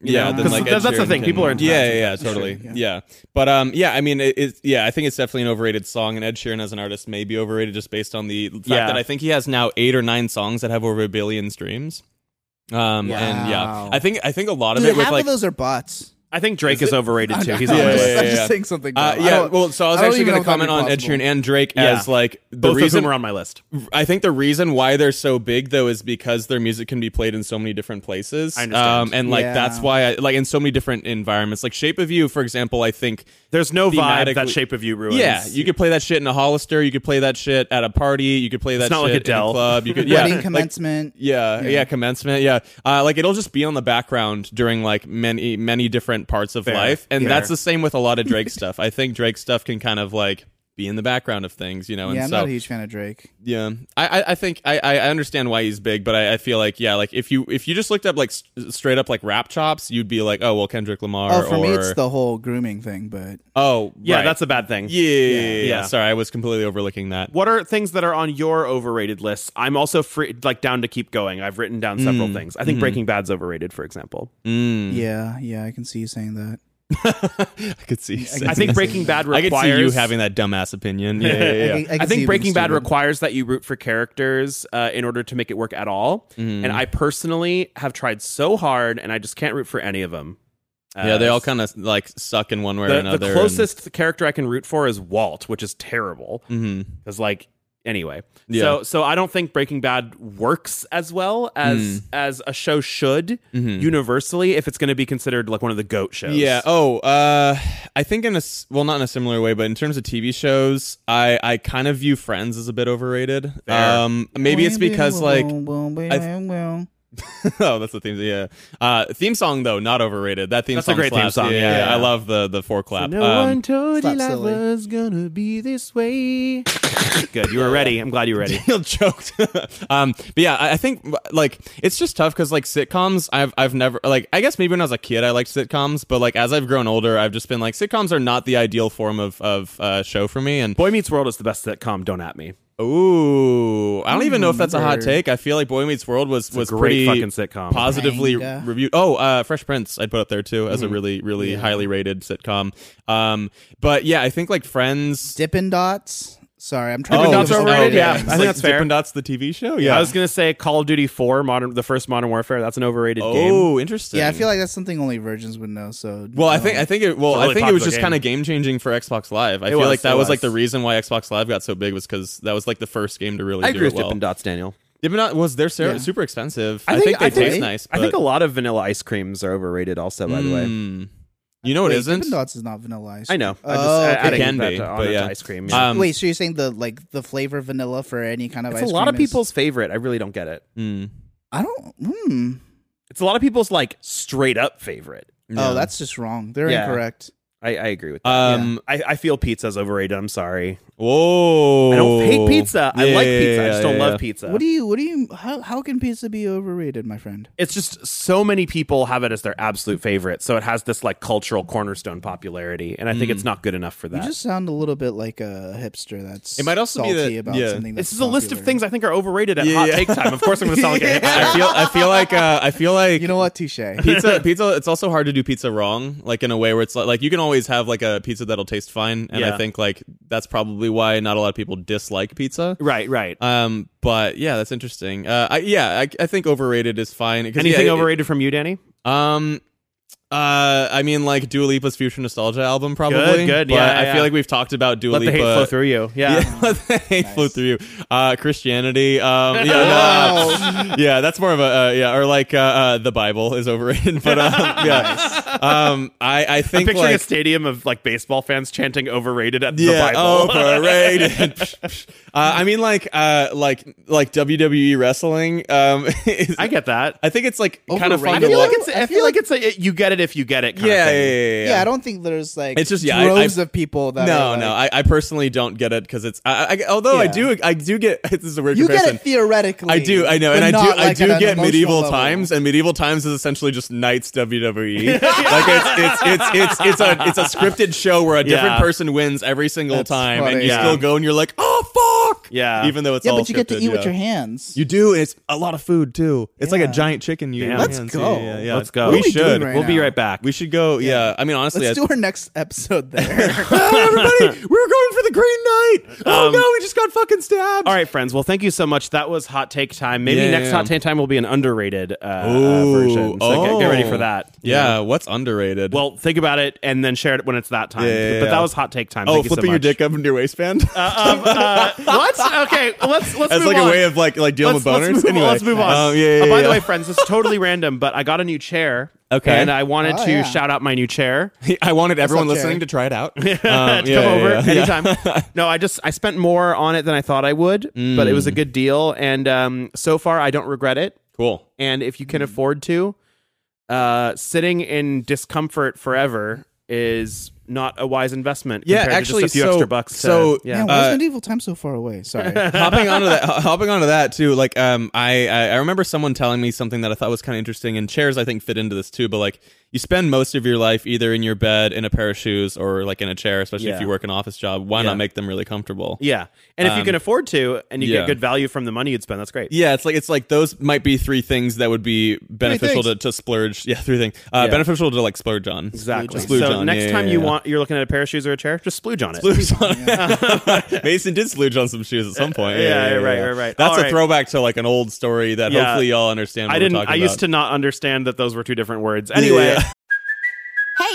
[SPEAKER 4] Yeah.
[SPEAKER 3] then
[SPEAKER 4] 'Cause
[SPEAKER 3] like
[SPEAKER 4] that's-
[SPEAKER 3] Ed
[SPEAKER 4] that's the
[SPEAKER 3] Sheeran
[SPEAKER 4] thing,
[SPEAKER 3] can-
[SPEAKER 4] people are into
[SPEAKER 3] yeah,
[SPEAKER 4] that.
[SPEAKER 3] yeah, yeah, totally, yeah. But um, yeah, I mean, it, it's yeah, I think it's definitely an overrated song, and Ed Sheeran as an artist may be overrated just based on the fact
[SPEAKER 4] Yeah.
[SPEAKER 3] that I think he has now eight or nine songs that have over a billion streams. Um, and yeah,
[SPEAKER 2] Wow.
[SPEAKER 3] I think I think a lot of
[SPEAKER 2] Dude,
[SPEAKER 3] it with
[SPEAKER 2] half
[SPEAKER 3] like
[SPEAKER 2] of those are bots.
[SPEAKER 4] I think Drake is, overrated too. He's
[SPEAKER 2] I'm
[SPEAKER 4] on
[SPEAKER 3] yeah,
[SPEAKER 4] my
[SPEAKER 2] just,
[SPEAKER 4] list.
[SPEAKER 3] yeah,
[SPEAKER 2] I'm
[SPEAKER 3] yeah.
[SPEAKER 2] just saying something.
[SPEAKER 3] uh,
[SPEAKER 2] dumb. I
[SPEAKER 3] yeah.
[SPEAKER 2] don't-
[SPEAKER 3] Well, so I was
[SPEAKER 2] don't
[SPEAKER 3] actually
[SPEAKER 2] even
[SPEAKER 3] going
[SPEAKER 2] know
[SPEAKER 3] to
[SPEAKER 2] if that'd be
[SPEAKER 3] comment on Ed
[SPEAKER 2] possible.
[SPEAKER 3] Sheeran and Drake
[SPEAKER 4] Yeah.
[SPEAKER 3] as like the
[SPEAKER 4] Both
[SPEAKER 3] reason
[SPEAKER 4] of whom are on my list.
[SPEAKER 3] I think the reason why they're so big though is because their music can be played in so many different places.
[SPEAKER 4] I understand.
[SPEAKER 3] Um, and like
[SPEAKER 2] Yeah.
[SPEAKER 3] that's why I, like in so many different environments. Like Shape of You, for example, I think
[SPEAKER 4] There's no vibe that
[SPEAKER 3] Thematically-
[SPEAKER 4] Shape of You ruins.
[SPEAKER 3] yeah, you could play that shit in a Hollister, you could play that shit at a party, you could play that
[SPEAKER 4] not like
[SPEAKER 3] shit in
[SPEAKER 4] Adele.
[SPEAKER 3] a club, you could yeah.
[SPEAKER 2] Wedding
[SPEAKER 3] like-
[SPEAKER 2] commencement.
[SPEAKER 3] yeah, yeah, commencement. Yeah, uh, like it'll just be on the background during like many, many different parts of
[SPEAKER 4] Fair.
[SPEAKER 3] life, and
[SPEAKER 4] Yeah.
[SPEAKER 3] that's the same with a lot of Drake stuff. I think Drake stuff can kind of like be in the background of things, you know. and
[SPEAKER 2] yeah, I'm
[SPEAKER 3] so,
[SPEAKER 2] not a huge fan of Drake.
[SPEAKER 3] yeah, I, I, I think I, I I understand why he's big, but I, I feel like yeah, like if you if you just looked up like st- straight up like rap chops, you'd be like, oh well, Kendrick Lamar.
[SPEAKER 2] Oh, for
[SPEAKER 3] or,
[SPEAKER 2] me, it's the whole grooming thing, but
[SPEAKER 3] oh
[SPEAKER 4] Yeah,
[SPEAKER 3] right.
[SPEAKER 4] that's a bad thing.
[SPEAKER 3] yeah, yeah, yeah, yeah.
[SPEAKER 4] Yeah.
[SPEAKER 3] Sorry, I was completely overlooking that.
[SPEAKER 4] What are things that are on your overrated list? I'm also free, like down to keep going. I've written down
[SPEAKER 3] Mm.
[SPEAKER 4] several things. I think Breaking Bad's overrated, for example.
[SPEAKER 3] Hmm.
[SPEAKER 2] yeah, yeah, I can see you saying that.
[SPEAKER 3] I could see.
[SPEAKER 4] I think Breaking Bad
[SPEAKER 3] I
[SPEAKER 4] requires.
[SPEAKER 3] could see you having that dumbass opinion. Yeah, yeah, yeah.
[SPEAKER 2] I,
[SPEAKER 3] yeah.
[SPEAKER 2] can
[SPEAKER 4] I
[SPEAKER 2] see you
[SPEAKER 4] think
[SPEAKER 2] being
[SPEAKER 4] Breaking Bad
[SPEAKER 2] stupid.
[SPEAKER 4] requires that you root for characters uh, in order to make it work at all.
[SPEAKER 3] Mm.
[SPEAKER 4] And I personally have tried so hard, and I just can't root for any of them. Uh,
[SPEAKER 3] Yeah, they all kind of like suck in one way or
[SPEAKER 4] the,
[SPEAKER 3] another.
[SPEAKER 4] the closest character I can root for is Walt, which is terrible.
[SPEAKER 3] and, Mhm.
[SPEAKER 4] Because like anyway,
[SPEAKER 3] Yeah.
[SPEAKER 4] so so I don't think Breaking Bad works as well as as a show should universally if it's going to be considered like one of the goat shows.
[SPEAKER 3] Yeah. Oh, uh, I think in a s- well, not in a similar way, but in terms of TV shows, I I kind of view Friends as a bit overrated. Um, maybe it's because like oh, that's the theme. Yeah. Uh, theme song though, not overrated. That theme
[SPEAKER 4] That's a
[SPEAKER 3] song.
[SPEAKER 4] great theme
[SPEAKER 3] slaps.
[SPEAKER 4] song,
[SPEAKER 3] Yeah,
[SPEAKER 4] yeah, yeah.
[SPEAKER 3] I love the the four clap.
[SPEAKER 4] No
[SPEAKER 3] Um,
[SPEAKER 4] one told you
[SPEAKER 2] Stop
[SPEAKER 4] life
[SPEAKER 2] silly.
[SPEAKER 4] was gonna be this way. Good, you were ready. I'm glad you were ready.
[SPEAKER 3] Daniel choked. um, but yeah, I, I think like it's just tough because like sitcoms, I've I've never like I guess maybe when I was a kid I liked sitcoms, but like as I've grown older, I've just been like sitcoms are not the ideal form of of uh, show for me. And
[SPEAKER 4] Boy Meets World is the best sitcom. Don't at me.
[SPEAKER 3] ooh, I don't even know if that's a hot
[SPEAKER 2] remember.
[SPEAKER 3] take. I feel like Boy Meets World was was
[SPEAKER 4] great
[SPEAKER 3] pretty
[SPEAKER 4] fucking sitcom.
[SPEAKER 3] positively
[SPEAKER 2] Kinda.
[SPEAKER 3] reviewed. Oh, uh, Fresh Prince, I'd put up there too
[SPEAKER 4] Mm-hmm.
[SPEAKER 3] as a really really highly rated sitcom. Um, but yeah, I think like Friends.
[SPEAKER 2] Dippin' Dots. Sorry, I'm trying.
[SPEAKER 3] Oh,
[SPEAKER 4] Dippin' Dots
[SPEAKER 2] just-
[SPEAKER 4] are overrated?
[SPEAKER 3] okay.
[SPEAKER 4] Yeah, I
[SPEAKER 3] It's
[SPEAKER 4] think
[SPEAKER 3] like
[SPEAKER 4] that's fair.
[SPEAKER 3] Dippin' Dots, the TV show. Yeah,
[SPEAKER 4] I was gonna say Call of Duty Four, modern, the first Modern Warfare. That's an overrated game.
[SPEAKER 3] Oh, interesting.
[SPEAKER 2] Yeah, I feel like that's something only virgins would know. So
[SPEAKER 3] Well, I
[SPEAKER 2] no.
[SPEAKER 3] think I think it. Well,
[SPEAKER 4] It's a really
[SPEAKER 3] I think it was
[SPEAKER 4] popular
[SPEAKER 3] just
[SPEAKER 4] game.
[SPEAKER 3] kind of game changing for Xbox Live. I feel
[SPEAKER 4] was,
[SPEAKER 3] like that
[SPEAKER 4] it
[SPEAKER 3] was, like
[SPEAKER 4] was.
[SPEAKER 3] the reason why Xbox Live got so big was because that was like the first game to really.
[SPEAKER 4] I
[SPEAKER 3] do
[SPEAKER 4] agree
[SPEAKER 3] it
[SPEAKER 4] with
[SPEAKER 3] well.
[SPEAKER 4] Dippin' Dots, Daniel.
[SPEAKER 3] Dippin' Dot was they're ser-
[SPEAKER 2] Yeah.
[SPEAKER 3] super expensive. I
[SPEAKER 4] I think-
[SPEAKER 3] think,
[SPEAKER 4] I
[SPEAKER 3] they
[SPEAKER 4] think-
[SPEAKER 3] taste nice.
[SPEAKER 4] I think a
[SPEAKER 3] but-
[SPEAKER 4] lot of vanilla ice creams are overrated. Also, by the way,
[SPEAKER 3] Mm. you know what
[SPEAKER 2] Wait,
[SPEAKER 3] isn't?
[SPEAKER 2] Dippin' Dots is not vanilla ice.
[SPEAKER 4] I know. I just
[SPEAKER 2] Oh, okay.
[SPEAKER 4] added
[SPEAKER 3] It can
[SPEAKER 4] that
[SPEAKER 3] be,
[SPEAKER 4] to,
[SPEAKER 3] but
[SPEAKER 4] honor to
[SPEAKER 3] yeah.
[SPEAKER 4] ice cream.
[SPEAKER 3] Um,
[SPEAKER 2] Wait, so you're saying the like the flavor vanilla for any kind of
[SPEAKER 4] it's
[SPEAKER 2] ice
[SPEAKER 4] a lot of
[SPEAKER 2] cream is-
[SPEAKER 4] people's favorite. I really don't get it.
[SPEAKER 3] Mm.
[SPEAKER 4] Oh,
[SPEAKER 2] I don't. Hmm.
[SPEAKER 4] It's a lot of people's like straight up favorite.
[SPEAKER 3] Yeah.
[SPEAKER 2] Oh, that's just wrong. They're
[SPEAKER 4] Yeah.
[SPEAKER 2] incorrect.
[SPEAKER 4] I, I agree with that.
[SPEAKER 3] Um.
[SPEAKER 4] I, I feel pizza's overrated. I'm sorry.
[SPEAKER 3] Whoa.
[SPEAKER 4] I don't hate pizza. I
[SPEAKER 3] Yeah,
[SPEAKER 4] like
[SPEAKER 3] yeah,
[SPEAKER 4] pizza. I
[SPEAKER 3] yeah,
[SPEAKER 4] just don't
[SPEAKER 3] yeah, yeah.
[SPEAKER 4] love pizza.
[SPEAKER 2] What do you? What do you? How how can pizza be overrated, my friend?
[SPEAKER 4] it's just so many people have it as their absolute favorite. So it has this like cultural cornerstone popularity. And I think
[SPEAKER 3] Mm.
[SPEAKER 4] it's not good enough for
[SPEAKER 2] You
[SPEAKER 4] that.
[SPEAKER 2] just sound a little bit like a hipster. That's
[SPEAKER 3] It might also be
[SPEAKER 2] salty
[SPEAKER 3] that-
[SPEAKER 2] about
[SPEAKER 3] yeah.
[SPEAKER 2] something. That's
[SPEAKER 4] this is a list of
[SPEAKER 2] popular.
[SPEAKER 4] things I think are overrated at
[SPEAKER 3] Yeah,
[SPEAKER 4] hot
[SPEAKER 3] yeah.
[SPEAKER 4] take time. Of course, I'm going to sound like a
[SPEAKER 3] I feel. I feel like. Uh, I feel like.
[SPEAKER 2] You know what? Touche. I
[SPEAKER 3] pizza pizza it's also hard to do pizza wrong like in a way where it's like, like you can always have like a pizza that'll taste fine and
[SPEAKER 4] Yeah.
[SPEAKER 3] i think like that's probably why not a lot of people dislike pizza
[SPEAKER 4] Right, right.
[SPEAKER 3] um but yeah that's interesting uh I, yeah I, I think overrated is fine 'cause,
[SPEAKER 4] Anything
[SPEAKER 3] yeah, it-
[SPEAKER 4] overrated from you, Danny?
[SPEAKER 3] um uh i mean like Dua Lipa's future nostalgia album probably
[SPEAKER 4] good,
[SPEAKER 3] but
[SPEAKER 4] yeah,
[SPEAKER 3] i
[SPEAKER 4] yeah.
[SPEAKER 3] feel like we've talked about Dua
[SPEAKER 4] Let the
[SPEAKER 3] Lipa
[SPEAKER 4] hate flow through you. Yeah.
[SPEAKER 3] yeah, let the hate flow through you. Uh, Christianity. Um, yeah, no, uh, yeah, that's more of a uh, yeah, or like uh, uh, the Bible is overrated. But um, yeah, um, I I
[SPEAKER 4] I'm
[SPEAKER 3] think
[SPEAKER 4] picturing
[SPEAKER 3] like
[SPEAKER 4] a stadium of like baseball fans chanting overrated at
[SPEAKER 3] yeah,
[SPEAKER 4] the
[SPEAKER 3] oh,
[SPEAKER 4] Bible.
[SPEAKER 3] overrated. uh, I mean, like uh, like like WWE wrestling. Um, is,
[SPEAKER 4] I get that.
[SPEAKER 3] I think it's like kind of fun
[SPEAKER 2] Overrated?
[SPEAKER 3] to
[SPEAKER 4] I feel
[SPEAKER 3] look.
[SPEAKER 4] like it's. I feel like it's. A, you get it it if you get it. Kind
[SPEAKER 3] yeah,
[SPEAKER 4] of
[SPEAKER 3] yeah,
[SPEAKER 4] thing.
[SPEAKER 3] yeah, yeah.
[SPEAKER 2] I don't think there's like
[SPEAKER 3] It's just- yeah, I-
[SPEAKER 2] droves
[SPEAKER 3] I-
[SPEAKER 2] of people that
[SPEAKER 3] No,
[SPEAKER 2] are, like-
[SPEAKER 3] no, I, I personally don't get it because it's. I, I, although I
[SPEAKER 2] Yeah.
[SPEAKER 3] do, I do get. This is a weird
[SPEAKER 2] you
[SPEAKER 3] comparison.
[SPEAKER 2] get it theoretically.
[SPEAKER 3] I do, I know,
[SPEAKER 2] but
[SPEAKER 3] and I do,
[SPEAKER 2] not, like,
[SPEAKER 3] I do
[SPEAKER 2] at an
[SPEAKER 3] get
[SPEAKER 2] emotional
[SPEAKER 3] medieval
[SPEAKER 2] level.
[SPEAKER 3] times, and medieval times is essentially just knights WWE. like it's it's it's it's it's a it's a scripted show where a different
[SPEAKER 4] Yeah.
[SPEAKER 3] person wins every single
[SPEAKER 2] That's
[SPEAKER 3] time, and
[SPEAKER 2] funny.
[SPEAKER 3] you
[SPEAKER 4] Yeah.
[SPEAKER 3] still go and you're like, oh fuck,
[SPEAKER 4] Yeah.
[SPEAKER 3] even though it's
[SPEAKER 2] Yeah,
[SPEAKER 3] all
[SPEAKER 2] but you get to
[SPEAKER 3] scripted,
[SPEAKER 2] eat with
[SPEAKER 3] yeah.
[SPEAKER 2] your hands.
[SPEAKER 3] You do, and it's a lot of food too. It's like
[SPEAKER 2] Yeah.
[SPEAKER 3] a giant chicken. You
[SPEAKER 4] Damn.
[SPEAKER 2] Let's
[SPEAKER 3] hands.
[SPEAKER 2] go.
[SPEAKER 3] Yeah, yeah, yeah.
[SPEAKER 4] Let's
[SPEAKER 3] We
[SPEAKER 4] go.
[SPEAKER 2] What are we
[SPEAKER 3] should.
[SPEAKER 2] doing right
[SPEAKER 4] we'll be
[SPEAKER 2] now?
[SPEAKER 4] right back.
[SPEAKER 3] We should go. Yeah, I mean, honestly,
[SPEAKER 2] Let's
[SPEAKER 3] I,
[SPEAKER 2] do our next episode there.
[SPEAKER 3] everybody, we were going for the Green Knight. Oh
[SPEAKER 4] Um,
[SPEAKER 3] no, we just got fucking stabbed.
[SPEAKER 4] All right, friends. Well, thank you so much. That was hot take time. Maybe
[SPEAKER 3] Yeah,
[SPEAKER 4] next
[SPEAKER 3] yeah.
[SPEAKER 4] hot take time will be an underrated uh, uh,
[SPEAKER 3] Ooh,
[SPEAKER 4] version. So get, get ready
[SPEAKER 3] oh.
[SPEAKER 4] for that.
[SPEAKER 3] Yeah, what's underrated?
[SPEAKER 4] Well, think about it and then share it when it's that time.
[SPEAKER 3] Yeah, yeah,
[SPEAKER 4] but
[SPEAKER 3] yeah.
[SPEAKER 4] that was hot take time.
[SPEAKER 3] oh,
[SPEAKER 4] Thank you so
[SPEAKER 3] flipping your
[SPEAKER 4] much. Uh, um,
[SPEAKER 3] dick up into your waistband.
[SPEAKER 4] What? Okay, let's let's
[SPEAKER 3] As
[SPEAKER 4] move
[SPEAKER 3] like
[SPEAKER 4] on.
[SPEAKER 3] a way of like like dealing
[SPEAKER 4] let's,
[SPEAKER 3] with boners.
[SPEAKER 4] let's move
[SPEAKER 3] anyway,
[SPEAKER 4] on. Let's move on.
[SPEAKER 3] Um, yeah, yeah,
[SPEAKER 4] Uh, by
[SPEAKER 3] yeah.
[SPEAKER 4] the way, friends, this is totally random, but I got a new chair.
[SPEAKER 3] Okay.
[SPEAKER 4] And I wanted
[SPEAKER 2] Oh,
[SPEAKER 4] to
[SPEAKER 2] yeah.
[SPEAKER 4] shout out my new chair.
[SPEAKER 3] I wanted everyone
[SPEAKER 2] okay.
[SPEAKER 3] listening to try it out. Um, yeah,
[SPEAKER 4] Come
[SPEAKER 3] yeah,
[SPEAKER 4] over
[SPEAKER 3] yeah.
[SPEAKER 4] anytime. no, I just I spent more on it than I thought I would, but it was
[SPEAKER 3] Mm.
[SPEAKER 4] a good deal, and um, so far I don't regret it.
[SPEAKER 3] Cool.
[SPEAKER 4] And if you
[SPEAKER 3] Mm.
[SPEAKER 4] can afford to, uh, sitting in discomfort forever is not a wise investment.
[SPEAKER 3] Yeah,
[SPEAKER 4] compared to
[SPEAKER 3] actually,
[SPEAKER 4] just a few
[SPEAKER 3] so-
[SPEAKER 4] extra bucks. to-
[SPEAKER 3] so-
[SPEAKER 4] yeah,
[SPEAKER 2] Man, why is
[SPEAKER 3] Uh,
[SPEAKER 2] medieval time so far away? Sorry. Uh,
[SPEAKER 3] hopping onto that, hopping onto that too. Like, um, I, I I remember someone telling me something that I thought was kind of interesting, and chairs I think fit into this too. But like, you spend most of your life either in your bed, in a pair of shoes, or like in a chair. Especially if
[SPEAKER 4] Yeah.
[SPEAKER 3] you work an office job, why
[SPEAKER 4] Yeah.
[SPEAKER 3] not make them really comfortable?
[SPEAKER 4] yeah. And if you can afford to, and you
[SPEAKER 3] Um, yeah.
[SPEAKER 4] get good value from the money you'd spend, that's great.
[SPEAKER 3] Yeah, it's like it's like those might be three things that would be beneficial to,
[SPEAKER 2] things.
[SPEAKER 3] to splurge. Yeah, three things uh,
[SPEAKER 4] Yeah.
[SPEAKER 3] beneficial to like splurge on.
[SPEAKER 4] Exactly.
[SPEAKER 3] Splooge
[SPEAKER 4] so
[SPEAKER 3] on,
[SPEAKER 4] next
[SPEAKER 3] yeah,
[SPEAKER 4] time
[SPEAKER 3] yeah,
[SPEAKER 4] you
[SPEAKER 3] yeah.
[SPEAKER 4] want, you're looking at a pair of shoes or a chair, just splooge on it.
[SPEAKER 3] Splurge on. Mason did splurge on some shoes at some point.
[SPEAKER 4] yeah, right, right, right.
[SPEAKER 3] That's
[SPEAKER 4] All
[SPEAKER 3] a
[SPEAKER 4] right.
[SPEAKER 3] throwback to like an old story that
[SPEAKER 4] Yeah.
[SPEAKER 3] hopefully y'all understand. What
[SPEAKER 4] I didn't.
[SPEAKER 3] We're
[SPEAKER 4] I
[SPEAKER 3] talking
[SPEAKER 4] used
[SPEAKER 3] about.
[SPEAKER 4] to not understand that those were two different words. Anyway,
[SPEAKER 3] yeah.
[SPEAKER 5] Hey,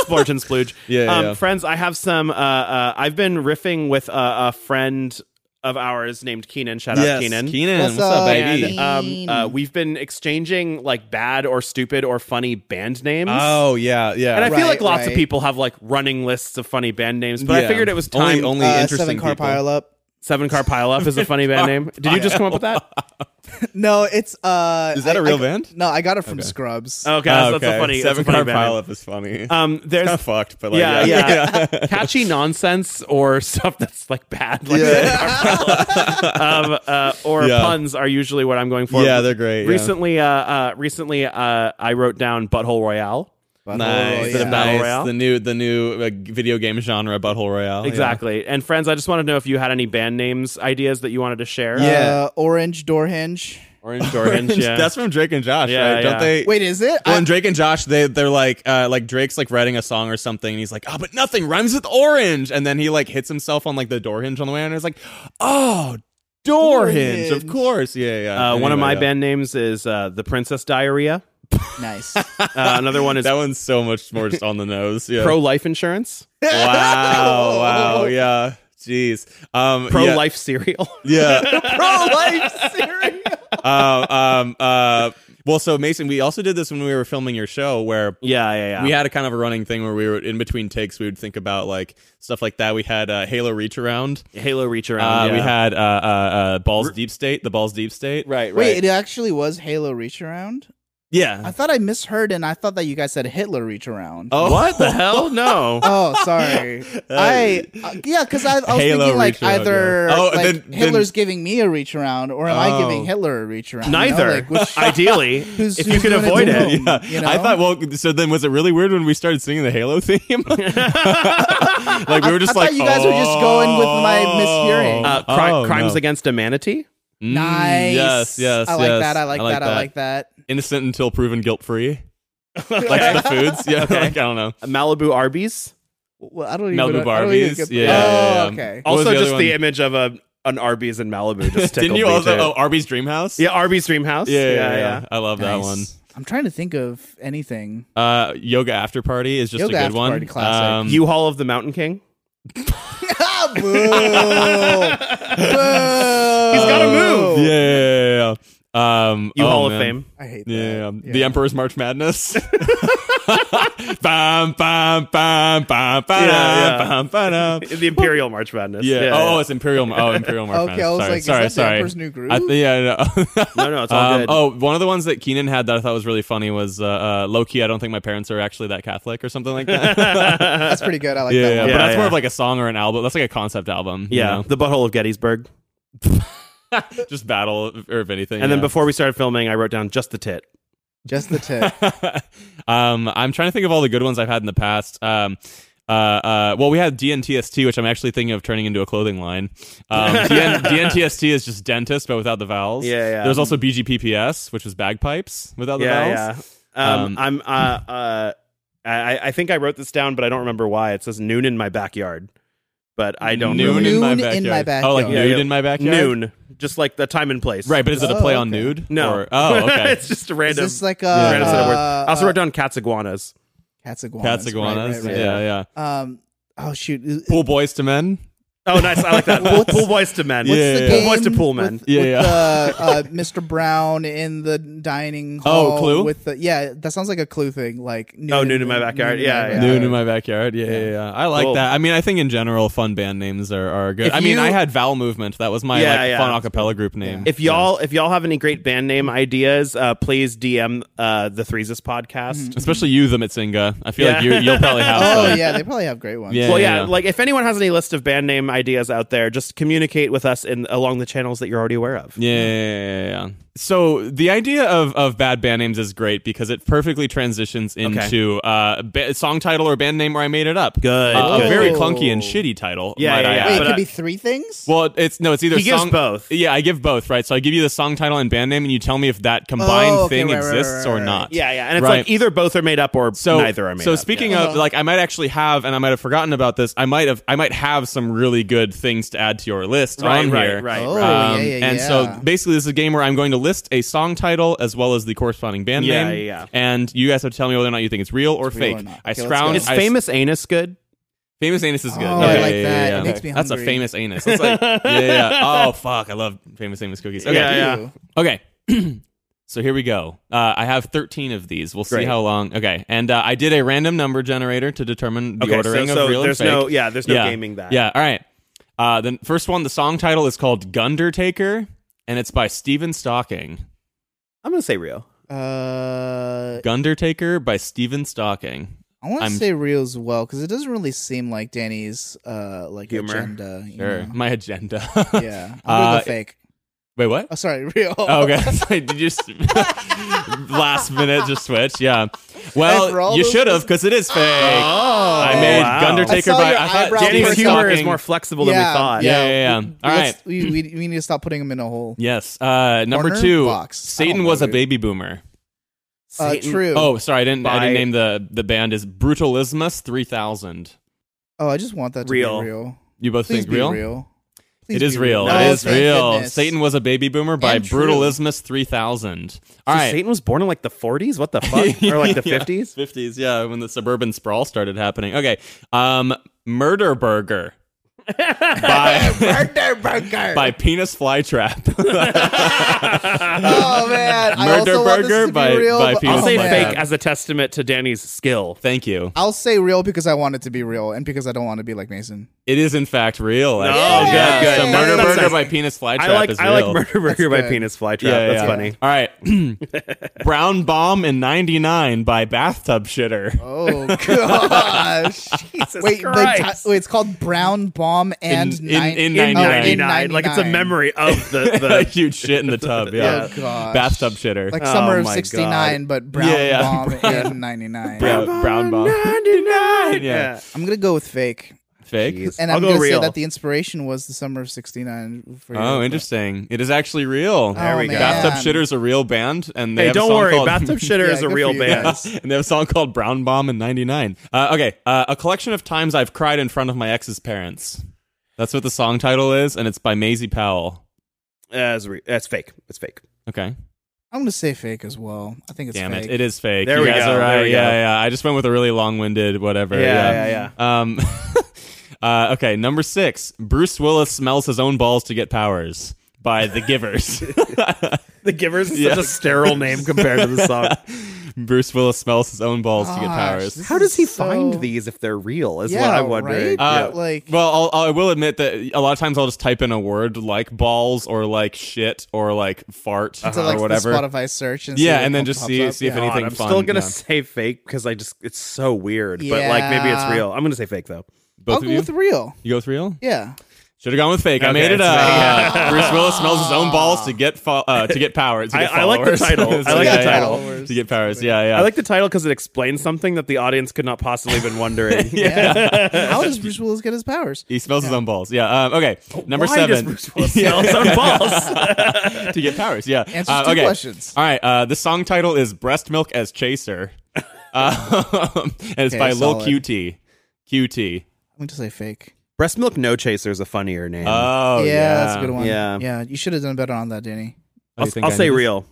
[SPEAKER 4] splurge and splooge.
[SPEAKER 3] Yeah, yeah,
[SPEAKER 4] um,
[SPEAKER 3] yeah.
[SPEAKER 4] Friends, I have some. Uh, uh, I've been riffing with a, a friend of ours named Keenan. Shout out
[SPEAKER 3] Yes,
[SPEAKER 4] Keenan.
[SPEAKER 3] Keenan,
[SPEAKER 2] What's
[SPEAKER 3] what's, up,
[SPEAKER 2] up,
[SPEAKER 3] baby?
[SPEAKER 4] And um, uh, we've been exchanging like bad or stupid or funny band names.
[SPEAKER 3] Oh yeah, yeah.
[SPEAKER 4] and I feel
[SPEAKER 2] Right,
[SPEAKER 4] like lots of
[SPEAKER 2] right.
[SPEAKER 4] people have like running lists of funny band names, but I
[SPEAKER 3] Yeah.
[SPEAKER 4] figured it was
[SPEAKER 3] Only-
[SPEAKER 4] time.
[SPEAKER 3] only-
[SPEAKER 2] Uh,
[SPEAKER 3] interesting
[SPEAKER 2] seven car
[SPEAKER 3] people.
[SPEAKER 2] pile up.
[SPEAKER 4] Seven Car Pile Up is a funny band name. Did you just come up with that?
[SPEAKER 2] No, it's uh.
[SPEAKER 3] Is that
[SPEAKER 2] a
[SPEAKER 3] a real band?
[SPEAKER 2] No, I got it from Scrubs.
[SPEAKER 4] Okay,
[SPEAKER 3] Oh,
[SPEAKER 4] that's, that's
[SPEAKER 3] okay.
[SPEAKER 4] a funny
[SPEAKER 3] seven
[SPEAKER 4] that's a
[SPEAKER 3] car
[SPEAKER 4] funny band name.
[SPEAKER 3] pileup is funny.
[SPEAKER 4] Um, there's
[SPEAKER 3] Kinda fucked, but like,
[SPEAKER 4] yeah,
[SPEAKER 3] yeah.
[SPEAKER 4] yeah. catchy nonsense or stuff that's like bad, like um, uh, or
[SPEAKER 3] Yeah.
[SPEAKER 4] puns are usually what I'm going for.
[SPEAKER 3] Yeah, they're great, yeah.
[SPEAKER 4] Recently, uh, uh, recently, uh, I wrote down Butthole Royale.
[SPEAKER 2] But-
[SPEAKER 3] Nice,
[SPEAKER 2] oh,
[SPEAKER 4] Instead of
[SPEAKER 2] yeah.
[SPEAKER 4] Battle
[SPEAKER 3] nice.
[SPEAKER 4] Royale?
[SPEAKER 3] The new, the new uh, video game genre, Butthole Royale. yeah.
[SPEAKER 4] Exactly. And friends, I just wanted to know if you had any band names ideas that you wanted to share.
[SPEAKER 2] Uh, orange door hinge.
[SPEAKER 4] Orange Door Hinge, yeah. Uh,
[SPEAKER 3] That's from Drake and Josh,
[SPEAKER 4] Yeah,
[SPEAKER 3] right?
[SPEAKER 4] yeah.
[SPEAKER 3] Don't they?
[SPEAKER 2] Wait, is it?
[SPEAKER 3] Well,
[SPEAKER 2] I-
[SPEAKER 3] and Drake and Josh, they they're like uh, like Drake's like writing a song or something, and he's like, oh, but nothing rhymes with orange, and then he like hits himself on like the door hinge on the way, out, and he's like, oh, door
[SPEAKER 2] Door
[SPEAKER 3] hinge, of
[SPEAKER 2] hinge.
[SPEAKER 3] course, yeah, yeah.
[SPEAKER 4] uh, one
[SPEAKER 3] Anyway,
[SPEAKER 4] of my
[SPEAKER 3] yeah.
[SPEAKER 4] band names is uh, The Princess Diarrhea.
[SPEAKER 2] nice.
[SPEAKER 4] Uh, another one is
[SPEAKER 3] That one's so much more just on the nose. Yeah.
[SPEAKER 4] Pro Life Insurance,
[SPEAKER 3] wow, wow, yeah. Jeez. Um,
[SPEAKER 4] Pro
[SPEAKER 3] yeah,
[SPEAKER 4] Life Cereal.
[SPEAKER 3] Yeah.
[SPEAKER 2] Pro life cereal.
[SPEAKER 3] um, um, uh, well, so Mason, we also did this when we were filming your show, where
[SPEAKER 4] yeah, yeah, yeah.
[SPEAKER 3] we had a kind of a running thing where we were in between takes, we would think about like stuff like that. We had uh, Halo Reach Around.
[SPEAKER 4] Halo Reach
[SPEAKER 3] Uh,
[SPEAKER 4] Around.
[SPEAKER 3] We
[SPEAKER 4] yeah.
[SPEAKER 3] had uh, uh, uh, Balls Deep State, the Balls Deep State.
[SPEAKER 4] right, right.
[SPEAKER 2] Wait, it actually was Halo Reach Around. I
[SPEAKER 3] Yeah.
[SPEAKER 2] thought I misheard, and I thought that you guys said Hitler Reach Around.
[SPEAKER 3] Oh.
[SPEAKER 4] What the hell? No.
[SPEAKER 2] Oh, sorry. I uh, yeah, because I, I was
[SPEAKER 3] Halo
[SPEAKER 2] thinking like
[SPEAKER 3] reach around,
[SPEAKER 2] either
[SPEAKER 3] yeah. Oh,
[SPEAKER 2] like,
[SPEAKER 3] then- then-
[SPEAKER 2] Hitler's giving me a reach around, or am I
[SPEAKER 3] Oh.
[SPEAKER 2] giving Hitler a reach around? you know?
[SPEAKER 4] Neither.
[SPEAKER 2] Like, which-
[SPEAKER 4] Ideally,
[SPEAKER 2] Who's-
[SPEAKER 4] if you
[SPEAKER 2] who's
[SPEAKER 4] can
[SPEAKER 2] doing it
[SPEAKER 4] avoid
[SPEAKER 2] to
[SPEAKER 4] it.
[SPEAKER 2] whom?
[SPEAKER 3] Yeah.
[SPEAKER 2] You know?
[SPEAKER 3] I thought, well, so then was it really weird when we started singing the Halo theme? like, we were just
[SPEAKER 2] I thought
[SPEAKER 3] like,
[SPEAKER 2] you guys were just going with my
[SPEAKER 3] "Oh."
[SPEAKER 2] mishearing.
[SPEAKER 4] Uh, cri-
[SPEAKER 3] Oh,
[SPEAKER 4] crimes
[SPEAKER 3] no.
[SPEAKER 4] against humanity.
[SPEAKER 3] Mm,
[SPEAKER 2] nice.
[SPEAKER 3] Yes, yes.
[SPEAKER 2] I like
[SPEAKER 3] yes.
[SPEAKER 2] that. I like, that. I like that.
[SPEAKER 3] Innocent until proven guilt free. Like the foods. Yeah.
[SPEAKER 4] Okay.
[SPEAKER 3] Like, I don't know.
[SPEAKER 4] Malibu Arby's.
[SPEAKER 2] Well, I don't even.
[SPEAKER 3] Malibu
[SPEAKER 2] I don't even
[SPEAKER 3] Barbies.
[SPEAKER 2] get-
[SPEAKER 3] Yeah,
[SPEAKER 2] Oh,
[SPEAKER 3] yeah, yeah.
[SPEAKER 2] okay.
[SPEAKER 3] What was the
[SPEAKER 4] also,
[SPEAKER 3] other
[SPEAKER 4] just the
[SPEAKER 3] one?
[SPEAKER 4] image of a an Arby's in Malibu just tickled
[SPEAKER 3] Didn't you
[SPEAKER 4] me
[SPEAKER 3] also?
[SPEAKER 4] too.
[SPEAKER 3] Oh, Arby's Dream House.
[SPEAKER 4] yeah, Arby's Dream House.
[SPEAKER 3] Yeah, yeah, yeah. I love that
[SPEAKER 2] Nice.
[SPEAKER 3] one.
[SPEAKER 2] I'm trying to think of anything.
[SPEAKER 3] Uh, yoga after party is just
[SPEAKER 2] Yoga
[SPEAKER 3] a good
[SPEAKER 2] After
[SPEAKER 3] one. Um,
[SPEAKER 2] Party, classic.
[SPEAKER 4] U-Haul of the Mountain King.
[SPEAKER 2] Ah, boo! boo!
[SPEAKER 4] He's got a move.
[SPEAKER 3] yeah, yeah, yeah, yeah. Um,
[SPEAKER 4] You
[SPEAKER 3] oh,
[SPEAKER 4] Hall of
[SPEAKER 3] man.
[SPEAKER 4] Fame.
[SPEAKER 2] I hate that.
[SPEAKER 3] Yeah, the Emperor's March Madness. bam, bam, bam, bam, ba-dum,
[SPEAKER 4] Yeah, yeah.
[SPEAKER 3] bam, ba-dum.
[SPEAKER 4] The Imperial March Madness.
[SPEAKER 3] Yeah. Oh, it's Imperial. Mar- Oh, Imperial March
[SPEAKER 2] Okay,
[SPEAKER 3] Madness.
[SPEAKER 2] I was
[SPEAKER 3] sorry,
[SPEAKER 2] like, is
[SPEAKER 3] sorry,
[SPEAKER 2] that the
[SPEAKER 3] sorry.
[SPEAKER 2] Emperor's New Groove?
[SPEAKER 3] I th- yeah, I know.
[SPEAKER 4] no, no, it's all
[SPEAKER 3] Um,
[SPEAKER 4] good.
[SPEAKER 3] oh, one of the ones that Keenan had that I thought was really funny was uh, uh, low key. I don't think my parents are actually that Catholic or something like that.
[SPEAKER 2] That's pretty good. I like
[SPEAKER 3] yeah,
[SPEAKER 2] that
[SPEAKER 3] yeah,
[SPEAKER 2] one.
[SPEAKER 3] but that's
[SPEAKER 4] Yeah,
[SPEAKER 3] more
[SPEAKER 4] yeah.
[SPEAKER 3] of like a song or an album. That's like a concept album. you
[SPEAKER 4] yeah,
[SPEAKER 3] know?
[SPEAKER 4] the butthole of Gettysburg.
[SPEAKER 3] just battle or if anything.
[SPEAKER 4] And then
[SPEAKER 3] yeah.
[SPEAKER 4] before we started filming, I wrote down just the tit.
[SPEAKER 2] Just the tip.
[SPEAKER 3] um, I'm trying to think of all the good ones I've had in the past. Um, uh, uh, well, we had DNTST, which I'm actually thinking of turning into a clothing line. Um, DN- DNTST is just dentist, but without the vowels.
[SPEAKER 4] Yeah, yeah.
[SPEAKER 3] There's also BGPPS, which was bagpipes without the vowels.
[SPEAKER 4] yeah, yeah.
[SPEAKER 3] Um,
[SPEAKER 4] Um, I'm. Uh, uh, I, I think I wrote this down, but I don't remember why. It says noon in my backyard, but I don't.
[SPEAKER 3] Noon,
[SPEAKER 4] Really,
[SPEAKER 2] Noon
[SPEAKER 3] in my
[SPEAKER 2] in
[SPEAKER 3] backyard.
[SPEAKER 2] my
[SPEAKER 3] Oh, like
[SPEAKER 2] backyard.
[SPEAKER 3] nude
[SPEAKER 4] Yeah, yeah.
[SPEAKER 3] in my backyard.
[SPEAKER 4] noon, just like the time and place.
[SPEAKER 3] Right, but is it a
[SPEAKER 2] Oh,
[SPEAKER 3] play on
[SPEAKER 2] okay.
[SPEAKER 3] nude?
[SPEAKER 4] No.
[SPEAKER 3] Or- oh, okay.
[SPEAKER 4] it's just a random.
[SPEAKER 2] Is this like a
[SPEAKER 4] random set of words.
[SPEAKER 2] uh,
[SPEAKER 4] I also wrote down cats iguanas.
[SPEAKER 2] Cats iguanas.
[SPEAKER 3] Cats
[SPEAKER 2] right,
[SPEAKER 3] iguanas.
[SPEAKER 2] right, right.
[SPEAKER 3] yeah, yeah.
[SPEAKER 2] Um. Oh shoot. Is-
[SPEAKER 3] Pool boys to men.
[SPEAKER 4] Oh, nice. I like that. pool, pool boys to men.
[SPEAKER 3] What's
[SPEAKER 2] What's the
[SPEAKER 3] Yeah.
[SPEAKER 2] game
[SPEAKER 4] Pool boys to pool men.
[SPEAKER 2] With,
[SPEAKER 3] Yeah,
[SPEAKER 2] with
[SPEAKER 3] yeah.
[SPEAKER 2] The, uh, Mr. Brown in the dining
[SPEAKER 3] Oh,
[SPEAKER 2] hall.
[SPEAKER 3] Clue?
[SPEAKER 2] With the yeah, that sounds like a clue thing. Like noon
[SPEAKER 4] Oh, Noon in My Backyard. Yeah, yeah.
[SPEAKER 3] Noon in my backyard. Yeah, yeah, yeah. I like
[SPEAKER 4] Cool.
[SPEAKER 3] that. I mean, I think in general, fun band names are, are good.
[SPEAKER 4] If
[SPEAKER 3] I mean,
[SPEAKER 4] you-
[SPEAKER 3] I had Vowel Movement. That was my
[SPEAKER 4] Yeah,
[SPEAKER 3] like
[SPEAKER 4] yeah.
[SPEAKER 3] fun acapella group name.
[SPEAKER 4] If y'all if y'all have any great band name ideas, uh, please DM uh, the Threeses podcast.
[SPEAKER 3] especially you, the Mitzinga. I feel like you,
[SPEAKER 4] Yeah.
[SPEAKER 3] you'll probably have.
[SPEAKER 2] Oh
[SPEAKER 3] some.
[SPEAKER 2] yeah, they probably have great ones.
[SPEAKER 3] Yeah.
[SPEAKER 4] Well, yeah, like if anyone has any list of band name ideas out there, just communicate with us in along the channels that you're already aware of.
[SPEAKER 3] Yeah, yeah, yeah, yeah. So the idea of, of bad band names is great because it perfectly transitions into uh, ba- song title or band name where I made it up.
[SPEAKER 4] Good,
[SPEAKER 3] Uh,
[SPEAKER 4] good.
[SPEAKER 3] A very
[SPEAKER 2] Oh.
[SPEAKER 3] clunky and shitty title.
[SPEAKER 4] Yeah,
[SPEAKER 3] might I
[SPEAKER 4] yeah,
[SPEAKER 3] add.
[SPEAKER 2] Wait, it
[SPEAKER 4] but
[SPEAKER 2] could
[SPEAKER 4] I-
[SPEAKER 2] be three things.
[SPEAKER 3] Well, it's no, it's either
[SPEAKER 4] He gives
[SPEAKER 3] song,
[SPEAKER 4] both.
[SPEAKER 3] Yeah, I give both, right? So I give you the song title and band name, and you tell me if that combined
[SPEAKER 2] Oh, okay,
[SPEAKER 3] thing
[SPEAKER 2] right, right, right,
[SPEAKER 3] exists
[SPEAKER 2] right,
[SPEAKER 3] or
[SPEAKER 2] right.
[SPEAKER 3] not.
[SPEAKER 4] Yeah, yeah. And it's
[SPEAKER 3] Right.
[SPEAKER 4] like either both are made up or
[SPEAKER 3] So
[SPEAKER 4] neither are made
[SPEAKER 3] so
[SPEAKER 4] up.
[SPEAKER 3] speaking of like, I might actually have, and I might have forgotten about this. I might have, I might have some really good things to add to your list
[SPEAKER 4] Right,
[SPEAKER 3] on
[SPEAKER 4] right,
[SPEAKER 3] here.
[SPEAKER 4] right,
[SPEAKER 2] Oh,
[SPEAKER 3] Um,
[SPEAKER 2] yeah, yeah,
[SPEAKER 3] and
[SPEAKER 2] yeah.
[SPEAKER 3] so basically, this is a game where I'm going to list a song title as well as the corresponding band
[SPEAKER 4] Yeah,
[SPEAKER 3] name.
[SPEAKER 4] yeah, yeah.
[SPEAKER 3] And you guys have to tell me whether or not you think it's real or
[SPEAKER 2] real
[SPEAKER 3] fake.
[SPEAKER 2] or not.
[SPEAKER 3] I
[SPEAKER 2] Okay, let's
[SPEAKER 3] scrounge.
[SPEAKER 2] go.
[SPEAKER 4] is
[SPEAKER 3] I-
[SPEAKER 4] famous anus good?
[SPEAKER 3] Famous anus is good.
[SPEAKER 2] Oh, I like that. It makes me
[SPEAKER 3] That's a
[SPEAKER 2] hungry.
[SPEAKER 3] famous anus. It's like, yeah, yeah. Oh fuck, I love famous anus cookies. Okay,
[SPEAKER 4] Yeah, yeah.
[SPEAKER 2] Ew.
[SPEAKER 3] okay. so here we go. Uh, I have thirteen of these. We'll see
[SPEAKER 4] Great.
[SPEAKER 3] how long. Okay, and uh, I did a random number generator to determine the
[SPEAKER 4] Okay, so-
[SPEAKER 3] ordering
[SPEAKER 4] so
[SPEAKER 3] of real
[SPEAKER 4] there's
[SPEAKER 3] and fake.
[SPEAKER 4] no- yeah, there's no gaming that.
[SPEAKER 3] Yeah. All right. Uh, the first one, the song title is called "Gundertaker," and it's by Stephen Stalking.
[SPEAKER 4] I'm gonna say real.
[SPEAKER 2] Uh,
[SPEAKER 3] "Gundertaker" by Stephen Stalking.
[SPEAKER 2] I want to
[SPEAKER 3] I'm-
[SPEAKER 2] say real as well because it doesn't really seem like Danny's uh like
[SPEAKER 4] Humor.
[SPEAKER 2] agenda. you
[SPEAKER 3] Sure.
[SPEAKER 2] know?
[SPEAKER 3] My agenda.
[SPEAKER 2] Yeah. I'm
[SPEAKER 3] Uh,
[SPEAKER 2] the fake.
[SPEAKER 3] wait, what?
[SPEAKER 2] Oh, sorry, real.
[SPEAKER 3] Oh, okay. Sorry, Did you just last minute just switch? Yeah.
[SPEAKER 2] Hey, for all
[SPEAKER 3] Well, you
[SPEAKER 2] those-
[SPEAKER 3] should have because it is fake. I made
[SPEAKER 4] Oh, wow.
[SPEAKER 3] Undertaker
[SPEAKER 2] I saw
[SPEAKER 3] by.
[SPEAKER 2] your
[SPEAKER 3] I thought
[SPEAKER 2] eyebrow
[SPEAKER 3] Danny's
[SPEAKER 4] Danny's
[SPEAKER 2] first
[SPEAKER 4] humor
[SPEAKER 3] talking-
[SPEAKER 4] is more flexible than we thought.
[SPEAKER 3] Yeah, yeah, yeah.
[SPEAKER 2] We-
[SPEAKER 3] All
[SPEAKER 2] let's-
[SPEAKER 3] right.
[SPEAKER 2] We, we, we need to stop putting him in a hole.
[SPEAKER 3] Yes. Uh, number
[SPEAKER 2] Corner
[SPEAKER 3] two.
[SPEAKER 2] box. I
[SPEAKER 3] Satan
[SPEAKER 2] don't
[SPEAKER 3] was
[SPEAKER 2] know,
[SPEAKER 3] a
[SPEAKER 2] dude.
[SPEAKER 3] baby boomer.
[SPEAKER 2] Uh,
[SPEAKER 4] Satan-
[SPEAKER 2] true.
[SPEAKER 3] Oh, sorry, I didn't. I
[SPEAKER 4] By-
[SPEAKER 3] didn't name the the band. Is Brutalismus three thousand?
[SPEAKER 2] Oh, I just want that to
[SPEAKER 4] Real.
[SPEAKER 2] be real.
[SPEAKER 3] You both
[SPEAKER 2] Please
[SPEAKER 3] think
[SPEAKER 2] be
[SPEAKER 3] real?
[SPEAKER 2] real.
[SPEAKER 3] it is real.
[SPEAKER 2] No,
[SPEAKER 3] it is
[SPEAKER 2] Oh, thank
[SPEAKER 3] real.
[SPEAKER 2] goodness.
[SPEAKER 3] Satan was a baby boomer by
[SPEAKER 2] And true.
[SPEAKER 3] Brutalismus three thousand. All
[SPEAKER 4] So
[SPEAKER 3] right.
[SPEAKER 4] Satan was born in like the 40s. What the fuck? or like the 50s?
[SPEAKER 3] Fifties, yeah, when the suburban sprawl started happening. Okay, um, Murder Burger by
[SPEAKER 2] Murder burger.
[SPEAKER 3] by Penis Flytrap.
[SPEAKER 2] oh man, I
[SPEAKER 3] Murder
[SPEAKER 2] also want this
[SPEAKER 3] burger
[SPEAKER 2] to be
[SPEAKER 3] by-
[SPEAKER 2] real,
[SPEAKER 3] by
[SPEAKER 2] but-
[SPEAKER 3] Peter
[SPEAKER 4] I'll
[SPEAKER 2] oh,
[SPEAKER 4] say
[SPEAKER 3] my
[SPEAKER 2] man.
[SPEAKER 4] fake as a testament to Danny's skill.
[SPEAKER 3] Thank you.
[SPEAKER 2] I'll say real because I want it to be real and because I don't want to be like Mason.
[SPEAKER 3] It is in fact real. actually.
[SPEAKER 4] Oh, good,
[SPEAKER 3] Yeah,
[SPEAKER 4] good.
[SPEAKER 3] So
[SPEAKER 4] That-
[SPEAKER 3] Murder
[SPEAKER 4] that's
[SPEAKER 3] Burger
[SPEAKER 4] nice.
[SPEAKER 3] by Penis Flytrap
[SPEAKER 4] I like
[SPEAKER 3] is real.
[SPEAKER 4] I like Murder Burger by
[SPEAKER 2] good.
[SPEAKER 4] Penis Flytrap.
[SPEAKER 3] Yeah,
[SPEAKER 4] That's
[SPEAKER 3] yeah.
[SPEAKER 4] funny.
[SPEAKER 3] All right, Brown Bomb in '99 by Bathtub Shitter.
[SPEAKER 2] Oh gosh.
[SPEAKER 4] Jesus
[SPEAKER 2] Wait, the
[SPEAKER 4] Christ.
[SPEAKER 2] ti- wait, it's called Brown Bomb and
[SPEAKER 3] in-
[SPEAKER 2] nine-
[SPEAKER 3] in
[SPEAKER 2] oh,
[SPEAKER 3] 99.
[SPEAKER 2] in
[SPEAKER 4] 99. Like it's a
[SPEAKER 2] 99.
[SPEAKER 4] memory of the,
[SPEAKER 3] a
[SPEAKER 4] the
[SPEAKER 3] huge shit in the tub. Yeah,
[SPEAKER 2] Oh gosh.
[SPEAKER 3] Bathtub Shitter.
[SPEAKER 2] Like summer of
[SPEAKER 4] my
[SPEAKER 2] '69, but Brown
[SPEAKER 3] Yeah, yeah.
[SPEAKER 2] Bomb and '99.
[SPEAKER 3] yeah, Brown Bomb.
[SPEAKER 4] 99.
[SPEAKER 3] Yeah.
[SPEAKER 2] I'm gonna go with fake,
[SPEAKER 3] Fake.
[SPEAKER 4] Jeez.
[SPEAKER 2] and
[SPEAKER 4] I'll
[SPEAKER 2] I'm
[SPEAKER 4] go
[SPEAKER 2] gonna
[SPEAKER 4] real.
[SPEAKER 2] say that the inspiration was the summer of '69. For you,
[SPEAKER 3] Oh,
[SPEAKER 2] but-
[SPEAKER 3] interesting. It is actually real.
[SPEAKER 2] There
[SPEAKER 4] we go.
[SPEAKER 3] Bathtub
[SPEAKER 2] Oh, man.
[SPEAKER 3] Shitter's a real band, and they
[SPEAKER 4] Oh, Hey,
[SPEAKER 3] have a
[SPEAKER 4] don't
[SPEAKER 3] song
[SPEAKER 4] worry.
[SPEAKER 3] called-
[SPEAKER 4] Bathtub Shitter
[SPEAKER 2] Yeah,
[SPEAKER 4] is a
[SPEAKER 2] good
[SPEAKER 4] real
[SPEAKER 2] for you
[SPEAKER 4] band.
[SPEAKER 2] guys.
[SPEAKER 3] and they have a song called Brown Bomb in '99. Uh, okay, uh, a collection of times I've cried in front of my ex's parents. That's what the song title is, and it's by Maisie Powell.
[SPEAKER 4] That's re- that's fake. It's fake.
[SPEAKER 3] Okay,
[SPEAKER 2] I'm gonna say fake as well. I think it's
[SPEAKER 3] Damn
[SPEAKER 2] fake.
[SPEAKER 3] it! It is fake.
[SPEAKER 4] There
[SPEAKER 3] you
[SPEAKER 4] we
[SPEAKER 3] guys
[SPEAKER 4] go,
[SPEAKER 3] are right.
[SPEAKER 4] there we
[SPEAKER 3] yeah,
[SPEAKER 4] go.
[SPEAKER 3] yeah. I just went with a really long-winded whatever.
[SPEAKER 4] Yeah, yeah,
[SPEAKER 3] yeah. Um, uh, okay, number six. Bruce Willis smells his own balls to get powers by The Givers.
[SPEAKER 4] The Givers is
[SPEAKER 3] Yeah.
[SPEAKER 4] such a sterile name compared to the song.
[SPEAKER 3] Bruce Willis smells his own balls to get
[SPEAKER 2] Gosh,
[SPEAKER 3] powers.
[SPEAKER 2] this
[SPEAKER 4] How does he
[SPEAKER 2] is so-
[SPEAKER 4] find these if they're real? Is what
[SPEAKER 2] Yeah,
[SPEAKER 4] I'm wondering.
[SPEAKER 2] right?
[SPEAKER 3] Uh,
[SPEAKER 2] Yeah, like-
[SPEAKER 3] well, I'll, I will admit that a lot of times I'll just type in a word like balls or like shit or like fart
[SPEAKER 2] to
[SPEAKER 3] or
[SPEAKER 2] like
[SPEAKER 3] uh, whatever.
[SPEAKER 2] the Spotify search and see
[SPEAKER 3] Yeah,
[SPEAKER 2] what
[SPEAKER 3] and then
[SPEAKER 2] pop-
[SPEAKER 3] just
[SPEAKER 2] pops
[SPEAKER 3] see-
[SPEAKER 2] up.
[SPEAKER 3] see if
[SPEAKER 2] Yeah.
[SPEAKER 3] anything
[SPEAKER 4] I'm
[SPEAKER 3] fun,
[SPEAKER 4] still gonna
[SPEAKER 3] yeah.
[SPEAKER 4] say fake because I just it's so weird. But like maybe it's
[SPEAKER 2] Yeah.
[SPEAKER 4] real. I'm gonna say fake though.
[SPEAKER 3] Both
[SPEAKER 2] I'll
[SPEAKER 3] of
[SPEAKER 2] go
[SPEAKER 3] you.
[SPEAKER 2] with real.
[SPEAKER 3] you go with real.
[SPEAKER 2] Yeah,
[SPEAKER 3] Should have gone with fake. I
[SPEAKER 4] Okay,
[SPEAKER 3] made it
[SPEAKER 4] it's
[SPEAKER 3] up.
[SPEAKER 4] fake.
[SPEAKER 3] Bruce Willis smells his own balls to get fo- uh, to get power. To
[SPEAKER 4] I-
[SPEAKER 3] get
[SPEAKER 4] I like the
[SPEAKER 3] followers.
[SPEAKER 4] title. I
[SPEAKER 3] So,
[SPEAKER 4] like
[SPEAKER 3] yeah,
[SPEAKER 4] the
[SPEAKER 3] yeah.
[SPEAKER 4] title.
[SPEAKER 2] Followers.
[SPEAKER 3] To get powers. Yeah, yeah.
[SPEAKER 4] I like the title because it explains something that the audience could not possibly have been wondering.
[SPEAKER 2] yeah. How does Bruce Willis get his powers?
[SPEAKER 3] he smells his own balls. Yeah. Um, okay. Number
[SPEAKER 4] Oh, Why
[SPEAKER 3] seven.
[SPEAKER 4] Does Bruce Willis smell his own balls?
[SPEAKER 3] to get powers. Yeah.
[SPEAKER 2] Answers
[SPEAKER 3] Uh,
[SPEAKER 2] two
[SPEAKER 3] okay.
[SPEAKER 2] questions.
[SPEAKER 3] All right. Uh, the song title is "Breast Milk as Chaser," uh, and it's
[SPEAKER 2] Okay,
[SPEAKER 3] by Lil
[SPEAKER 2] solid.
[SPEAKER 3] QT. QT.
[SPEAKER 2] I'm going to say fake.
[SPEAKER 4] Breast milk no chaser is a funnier name.
[SPEAKER 3] Oh yeah,
[SPEAKER 2] yeah, that's a good one.
[SPEAKER 4] Yeah.
[SPEAKER 2] yeah. You should have done better on that, Danny.
[SPEAKER 3] Oh, you
[SPEAKER 4] I'll,
[SPEAKER 3] think
[SPEAKER 4] I'll
[SPEAKER 3] I
[SPEAKER 4] say
[SPEAKER 3] knew this?
[SPEAKER 4] real.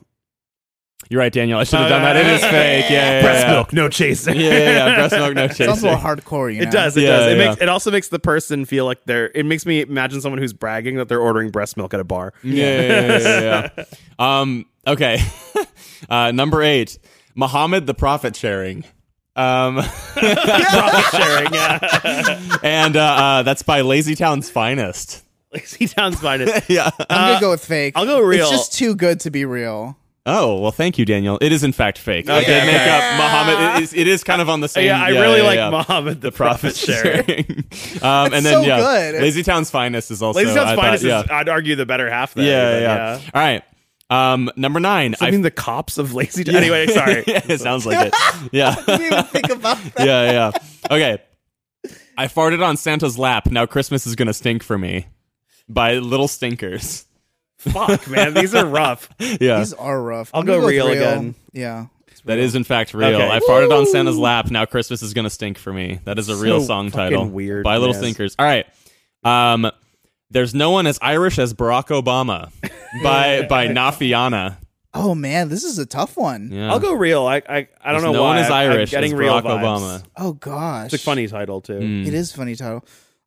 [SPEAKER 3] You're right, Daniel. I should have done that. It is fake. Yeah. yeah,
[SPEAKER 4] Breast
[SPEAKER 3] yeah.
[SPEAKER 4] milk no chaser.
[SPEAKER 3] Yeah, yeah, yeah. Breast milk, no chaser.
[SPEAKER 2] Sounds a little hardcore. You know?
[SPEAKER 4] It does. It
[SPEAKER 3] Yeah,
[SPEAKER 4] does. It
[SPEAKER 3] yeah.
[SPEAKER 4] makes. It also makes the person feel like they're. It makes me imagine someone who's bragging that they're ordering breast milk at a bar.
[SPEAKER 3] Yeah, yeah, yeah, yeah, yeah, yeah. Um, okay. Uh, number eight, Muhammad the Prophet sharing. Um,
[SPEAKER 4] sharing. Yeah.
[SPEAKER 3] and uh, uh, that's by Lazy Town's Finest. Mm.
[SPEAKER 4] Lazy Town's finest.
[SPEAKER 3] Yeah.
[SPEAKER 2] I'm gonna go with fake.
[SPEAKER 4] Uh, I'll go real.
[SPEAKER 2] It's just too good to be real.
[SPEAKER 3] Oh, well, thank you, Daniel. It is, in fact, fake. I
[SPEAKER 4] Okay,
[SPEAKER 3] did make
[SPEAKER 4] okay.
[SPEAKER 3] up Muhammad. It is, it is kind of on the same.
[SPEAKER 4] yeah, I really
[SPEAKER 3] yeah,
[SPEAKER 4] like
[SPEAKER 3] yeah.
[SPEAKER 4] Muhammad the, Prophet sharing.
[SPEAKER 3] um, and then,
[SPEAKER 2] so
[SPEAKER 3] yeah,
[SPEAKER 2] good.
[SPEAKER 3] Lazy Town's Finest is also.
[SPEAKER 4] Lazy
[SPEAKER 3] I
[SPEAKER 4] Town's
[SPEAKER 3] thought-
[SPEAKER 4] finest
[SPEAKER 3] yeah.
[SPEAKER 4] is. I'd argue the better half. There,
[SPEAKER 3] yeah,
[SPEAKER 4] but
[SPEAKER 3] yeah, All right. Um, number nine.
[SPEAKER 4] I mean the cops of Lazy Town. Anyway, sorry.
[SPEAKER 3] it sounds like it. Yeah.
[SPEAKER 2] didn't even think about that.
[SPEAKER 3] yeah, yeah. Okay. I farted on Santa's lap. Now Christmas is gonna stink for me. By Little Stinkers.
[SPEAKER 4] Fuck, man, these are rough.
[SPEAKER 3] Yeah,
[SPEAKER 2] These are rough.
[SPEAKER 4] I'll
[SPEAKER 2] I'm gonna
[SPEAKER 4] go
[SPEAKER 2] with
[SPEAKER 4] real again.
[SPEAKER 2] Yeah.
[SPEAKER 3] that is in fact real.
[SPEAKER 4] Okay.
[SPEAKER 3] I farted on Santa's lap. Now Christmas is gonna stink for me. That is a real
[SPEAKER 4] So
[SPEAKER 3] song
[SPEAKER 4] fucking
[SPEAKER 3] title.
[SPEAKER 4] weird,
[SPEAKER 3] by Little
[SPEAKER 4] yes.
[SPEAKER 3] Stinkers. All right. Um, there's no one as Irish as Barack Obama. By by Nafiana.
[SPEAKER 2] Oh man, this is a tough one.
[SPEAKER 3] Yeah.
[SPEAKER 4] I'll go real. I I, I don't
[SPEAKER 3] There's
[SPEAKER 4] know
[SPEAKER 3] no
[SPEAKER 4] why.
[SPEAKER 3] one is
[SPEAKER 4] I'm- I'm
[SPEAKER 3] Irish
[SPEAKER 4] getting
[SPEAKER 3] as
[SPEAKER 4] real
[SPEAKER 3] Barack
[SPEAKER 4] vibes.
[SPEAKER 3] Obama. Mm.
[SPEAKER 2] Oh gosh.
[SPEAKER 4] It's a funny Mm. title too.
[SPEAKER 2] It is a funny title.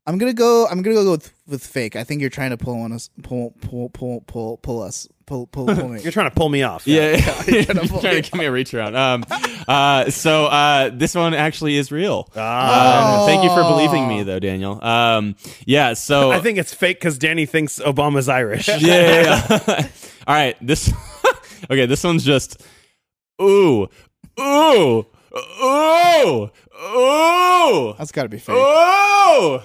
[SPEAKER 2] I'm gonna go. I'm gonna go with, with fake. I think you're trying to pull on us. Pull pull pull pull pull us. Pull pull pull me.
[SPEAKER 4] You're trying to pull me off.
[SPEAKER 3] Yeah, yeah. You're
[SPEAKER 2] trying to pull
[SPEAKER 3] trying to
[SPEAKER 2] me
[SPEAKER 3] give me a reach around. Um, uh, so uh, this one actually is real.
[SPEAKER 4] Ah.
[SPEAKER 3] Um, thank you for believing me, though, Daniel. Um, yeah. So
[SPEAKER 4] I think it's fake because Danny thinks Obama's Irish.
[SPEAKER 3] Yeah. yeah, yeah. All right. This. okay. This one's just. Ooh. Ooh. Ooh. Ooh.
[SPEAKER 2] That's gotta be fake.
[SPEAKER 3] Oh!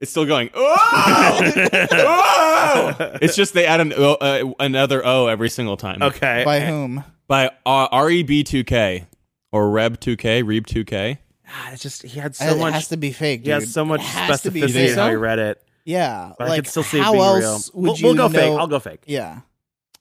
[SPEAKER 3] It's still going. Oh! oh! It's just they add an o, uh, another O every single time.
[SPEAKER 4] Okay.
[SPEAKER 2] By whom?
[SPEAKER 3] By uh, REB2K or Reb2K, Reb2K.
[SPEAKER 4] God, Ah, it's just he had so
[SPEAKER 2] it
[SPEAKER 4] much.
[SPEAKER 2] has to be fake.
[SPEAKER 4] he
[SPEAKER 2] Dude.
[SPEAKER 4] has so much
[SPEAKER 2] It has to be fake.
[SPEAKER 4] specificity in how he read it.
[SPEAKER 2] Yeah.
[SPEAKER 4] But I
[SPEAKER 2] like
[SPEAKER 4] could still see it
[SPEAKER 2] how
[SPEAKER 4] being
[SPEAKER 2] else
[SPEAKER 4] real.
[SPEAKER 2] would
[SPEAKER 4] we'll,
[SPEAKER 2] you
[SPEAKER 4] we'll
[SPEAKER 2] know-
[SPEAKER 4] go fake. I'll go fake.
[SPEAKER 2] Yeah.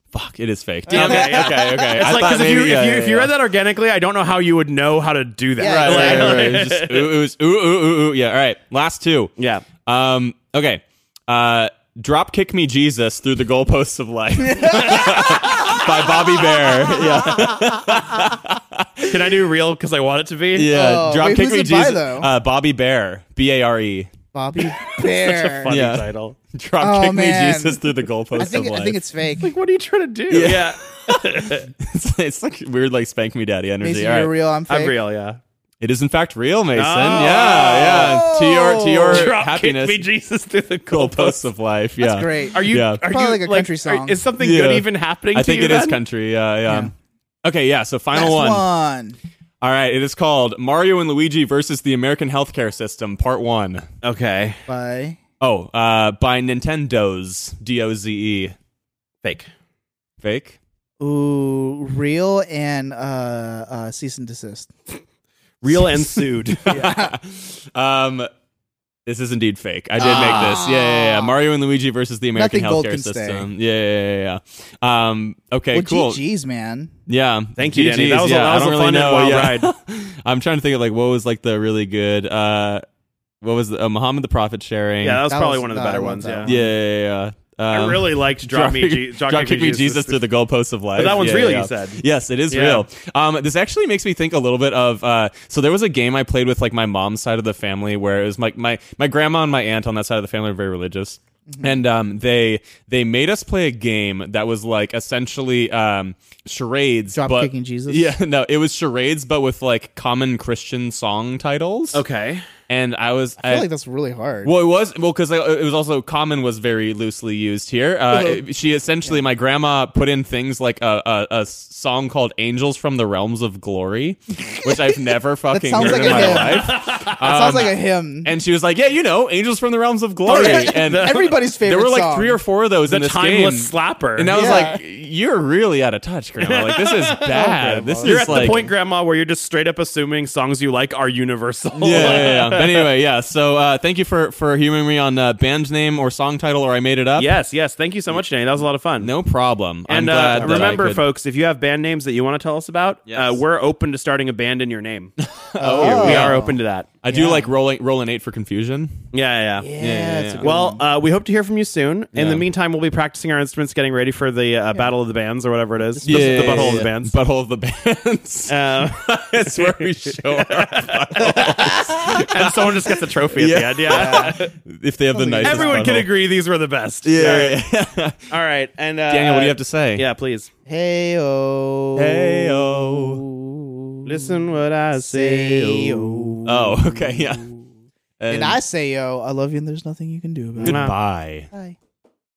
[SPEAKER 3] Fuck, it is fake. Damn it.
[SPEAKER 4] yeah.
[SPEAKER 3] Okay, okay.
[SPEAKER 4] It's
[SPEAKER 3] I
[SPEAKER 4] like
[SPEAKER 3] thought
[SPEAKER 4] because if
[SPEAKER 3] maybe-
[SPEAKER 4] you if you
[SPEAKER 3] yeah, yeah,
[SPEAKER 4] if you
[SPEAKER 3] yeah.
[SPEAKER 4] read that organically, I don't know how you would know how to do that.
[SPEAKER 2] Yeah,
[SPEAKER 3] right, right,
[SPEAKER 2] Exactly.
[SPEAKER 3] right, right. It was just, ooh, it was, ooh, ooh, ooh, ooh. Yeah. All right. Last two.
[SPEAKER 4] Yeah.
[SPEAKER 3] Um. Okay. Uh. Drop kick me Jesus through the goalposts of life by Bobby Bear. Yeah.
[SPEAKER 4] Can I do real because I want it to be?
[SPEAKER 3] Yeah.
[SPEAKER 2] Oh,
[SPEAKER 3] Drop
[SPEAKER 2] wait,
[SPEAKER 3] kick
[SPEAKER 2] who's
[SPEAKER 3] me
[SPEAKER 2] it by,
[SPEAKER 3] Jesus.
[SPEAKER 2] though?
[SPEAKER 3] uh, Bobby Bear. B A R E.
[SPEAKER 2] Bobby Bear.
[SPEAKER 4] Funny
[SPEAKER 3] Yeah.
[SPEAKER 4] title.
[SPEAKER 3] Drop
[SPEAKER 2] Oh,
[SPEAKER 3] kick me
[SPEAKER 2] man.
[SPEAKER 3] Jesus through the goalposts
[SPEAKER 2] I think
[SPEAKER 3] of life.
[SPEAKER 2] I think it's fake.
[SPEAKER 4] Like, what are you trying to do? Yeah.
[SPEAKER 3] it's, it's like weird, like spank me daddy energy.
[SPEAKER 2] Mason,
[SPEAKER 3] All right.
[SPEAKER 2] you're real. I'm fake.
[SPEAKER 4] I'm real. Yeah.
[SPEAKER 3] It is in fact real, Mason.
[SPEAKER 4] Oh.
[SPEAKER 3] Yeah. Yeah. To your to your
[SPEAKER 4] Drop
[SPEAKER 3] happiness.
[SPEAKER 4] kick me Jesus through the
[SPEAKER 3] Goalposts
[SPEAKER 4] goalposts.
[SPEAKER 3] of life. Yeah.
[SPEAKER 2] Great.
[SPEAKER 4] Are you?
[SPEAKER 3] Yeah.
[SPEAKER 4] Are
[SPEAKER 2] Probably
[SPEAKER 4] you
[SPEAKER 2] like a country song.
[SPEAKER 4] are- is something
[SPEAKER 3] Yeah.
[SPEAKER 4] good even happening?
[SPEAKER 3] I
[SPEAKER 4] to
[SPEAKER 3] think
[SPEAKER 4] you
[SPEAKER 3] it is
[SPEAKER 4] then?
[SPEAKER 3] country. Yeah, yeah.
[SPEAKER 2] Yeah.
[SPEAKER 3] Okay, yeah. So final
[SPEAKER 2] Last
[SPEAKER 3] one.
[SPEAKER 2] one.
[SPEAKER 3] All right, it is called Mario and Luigi versus the American healthcare system, part one.
[SPEAKER 4] Oh. Okay.
[SPEAKER 2] By
[SPEAKER 3] Oh, uh, by Nintendo's D O Z E.
[SPEAKER 4] Fake.
[SPEAKER 3] Fake.
[SPEAKER 2] ooh real and uh, uh cease and desist.
[SPEAKER 4] Real and sued.
[SPEAKER 3] Um, this is indeed fake. I did make this. Yeah, yeah, yeah. Mario and Luigi versus the American
[SPEAKER 2] Ah. Nothing gold
[SPEAKER 3] healthcare
[SPEAKER 2] can stay.
[SPEAKER 3] system. Yeah, yeah, yeah, yeah. Um, okay,
[SPEAKER 2] well,
[SPEAKER 3] cool.
[SPEAKER 2] GG's man.
[SPEAKER 3] Yeah.
[SPEAKER 4] Thank you, Danny. That was a- that
[SPEAKER 3] I
[SPEAKER 4] was
[SPEAKER 3] don't
[SPEAKER 4] a fun and wild
[SPEAKER 3] ride. I'm trying to think of like what was like the really good. Uh, what was the, uh, Muhammad the Prophet sharing?
[SPEAKER 4] Yeah, that was
[SPEAKER 2] That
[SPEAKER 4] probably
[SPEAKER 2] was-
[SPEAKER 4] one of the
[SPEAKER 2] no, I
[SPEAKER 4] better
[SPEAKER 2] love
[SPEAKER 4] ones.
[SPEAKER 2] that
[SPEAKER 4] Yeah.
[SPEAKER 2] one.
[SPEAKER 3] Yeah, yeah, yeah, yeah.
[SPEAKER 4] I
[SPEAKER 3] Um,
[SPEAKER 4] really liked Drop Me, Je-
[SPEAKER 3] Dropkick- Dropkick Me Jesus through the goalposts of life.
[SPEAKER 4] that one's real, you said.
[SPEAKER 3] Yes, it is
[SPEAKER 4] Yeah.
[SPEAKER 3] real. Um, this actually makes me think a little bit of. Uh, so there was a game I played with like my mom's side of the family, where it was like my, my grandma and my aunt on that side of the family are very religious.
[SPEAKER 4] Mm-hmm.
[SPEAKER 3] And um, they they made us play a game that was like essentially um, charades, but
[SPEAKER 2] Dropkicking Jesus?
[SPEAKER 3] Yeah, no, it was charades, but with like common Christian song titles.
[SPEAKER 4] Okay.
[SPEAKER 3] and I was
[SPEAKER 2] I feel like that's really hard.
[SPEAKER 3] well, it was well because it was also common was very loosely used here. Uh,
[SPEAKER 2] Uh-huh.
[SPEAKER 3] it- she essentially, my grandma put in things like a, a, a song called "Angels from the Realms of Glory," which I've never fucking
[SPEAKER 2] sounds
[SPEAKER 3] heard
[SPEAKER 2] like
[SPEAKER 3] in
[SPEAKER 2] a
[SPEAKER 3] my
[SPEAKER 2] hymn.
[SPEAKER 3] life.
[SPEAKER 2] that sounds like a hymn.
[SPEAKER 3] um, And she was like, "Yeah, you know, Angels from the Realms of Glory." And
[SPEAKER 2] Everybody's favorite
[SPEAKER 3] There were like
[SPEAKER 2] song.
[SPEAKER 3] three or four of those
[SPEAKER 4] The
[SPEAKER 3] in this
[SPEAKER 4] timeless
[SPEAKER 3] game.
[SPEAKER 4] slapper.
[SPEAKER 3] And I was
[SPEAKER 2] Yeah. Oh,
[SPEAKER 3] like, "You're really out of touch, Grandma. Like this is bad. this
[SPEAKER 4] You're
[SPEAKER 3] is
[SPEAKER 4] at
[SPEAKER 3] like
[SPEAKER 4] the point, Grandma, where you're just straight up assuming songs you like are universal.
[SPEAKER 3] yeah, yeah, yeah. But anyway, yeah. So uh, thank you for for humoring me on uh, band name or song title or I made it up.
[SPEAKER 4] yes, yes. Thank you so much, Danny. That was a lot of fun.
[SPEAKER 3] No problem. I'm
[SPEAKER 4] And
[SPEAKER 3] glad
[SPEAKER 4] uh,
[SPEAKER 3] that I
[SPEAKER 4] remember,
[SPEAKER 3] could-
[SPEAKER 4] folks, if you have band names that you want to tell us about,
[SPEAKER 3] Yes.
[SPEAKER 4] uh, we're open to starting a band in your name.
[SPEAKER 2] Oh.
[SPEAKER 4] we are open to that.
[SPEAKER 3] I do like rolling rolling eight for confusion.
[SPEAKER 4] Yeah, yeah.
[SPEAKER 2] Yeah,
[SPEAKER 4] yeah.
[SPEAKER 2] it's a good
[SPEAKER 4] Well, uh, we hope to hear from you soon. In
[SPEAKER 3] Yeah.
[SPEAKER 4] the meantime, we'll be practicing our instruments, getting ready for the uh, Battle of the Bands or whatever it is. The- the Butthole of the Bands.
[SPEAKER 3] Butthole of the bands.
[SPEAKER 4] Uh,
[SPEAKER 3] That's where we show our
[SPEAKER 4] and someone just gets a trophy at
[SPEAKER 3] Yeah.
[SPEAKER 4] the end. Yeah.
[SPEAKER 3] if they have the nicest.
[SPEAKER 4] Everyone can
[SPEAKER 3] butthole.
[SPEAKER 4] agree these were the best.
[SPEAKER 3] Yeah.
[SPEAKER 4] All right.
[SPEAKER 3] yeah, yeah.
[SPEAKER 4] All right. And uh,
[SPEAKER 3] Daniel, what do you have to say?
[SPEAKER 4] Yeah, please.
[SPEAKER 2] Hey oh.
[SPEAKER 3] Hey oh.
[SPEAKER 4] Listen what I say.
[SPEAKER 2] Say oh.
[SPEAKER 3] Oh, okay, yeah.
[SPEAKER 2] And I say yo, I love you and there's nothing you can do about it.
[SPEAKER 3] goodbye.
[SPEAKER 2] Bye.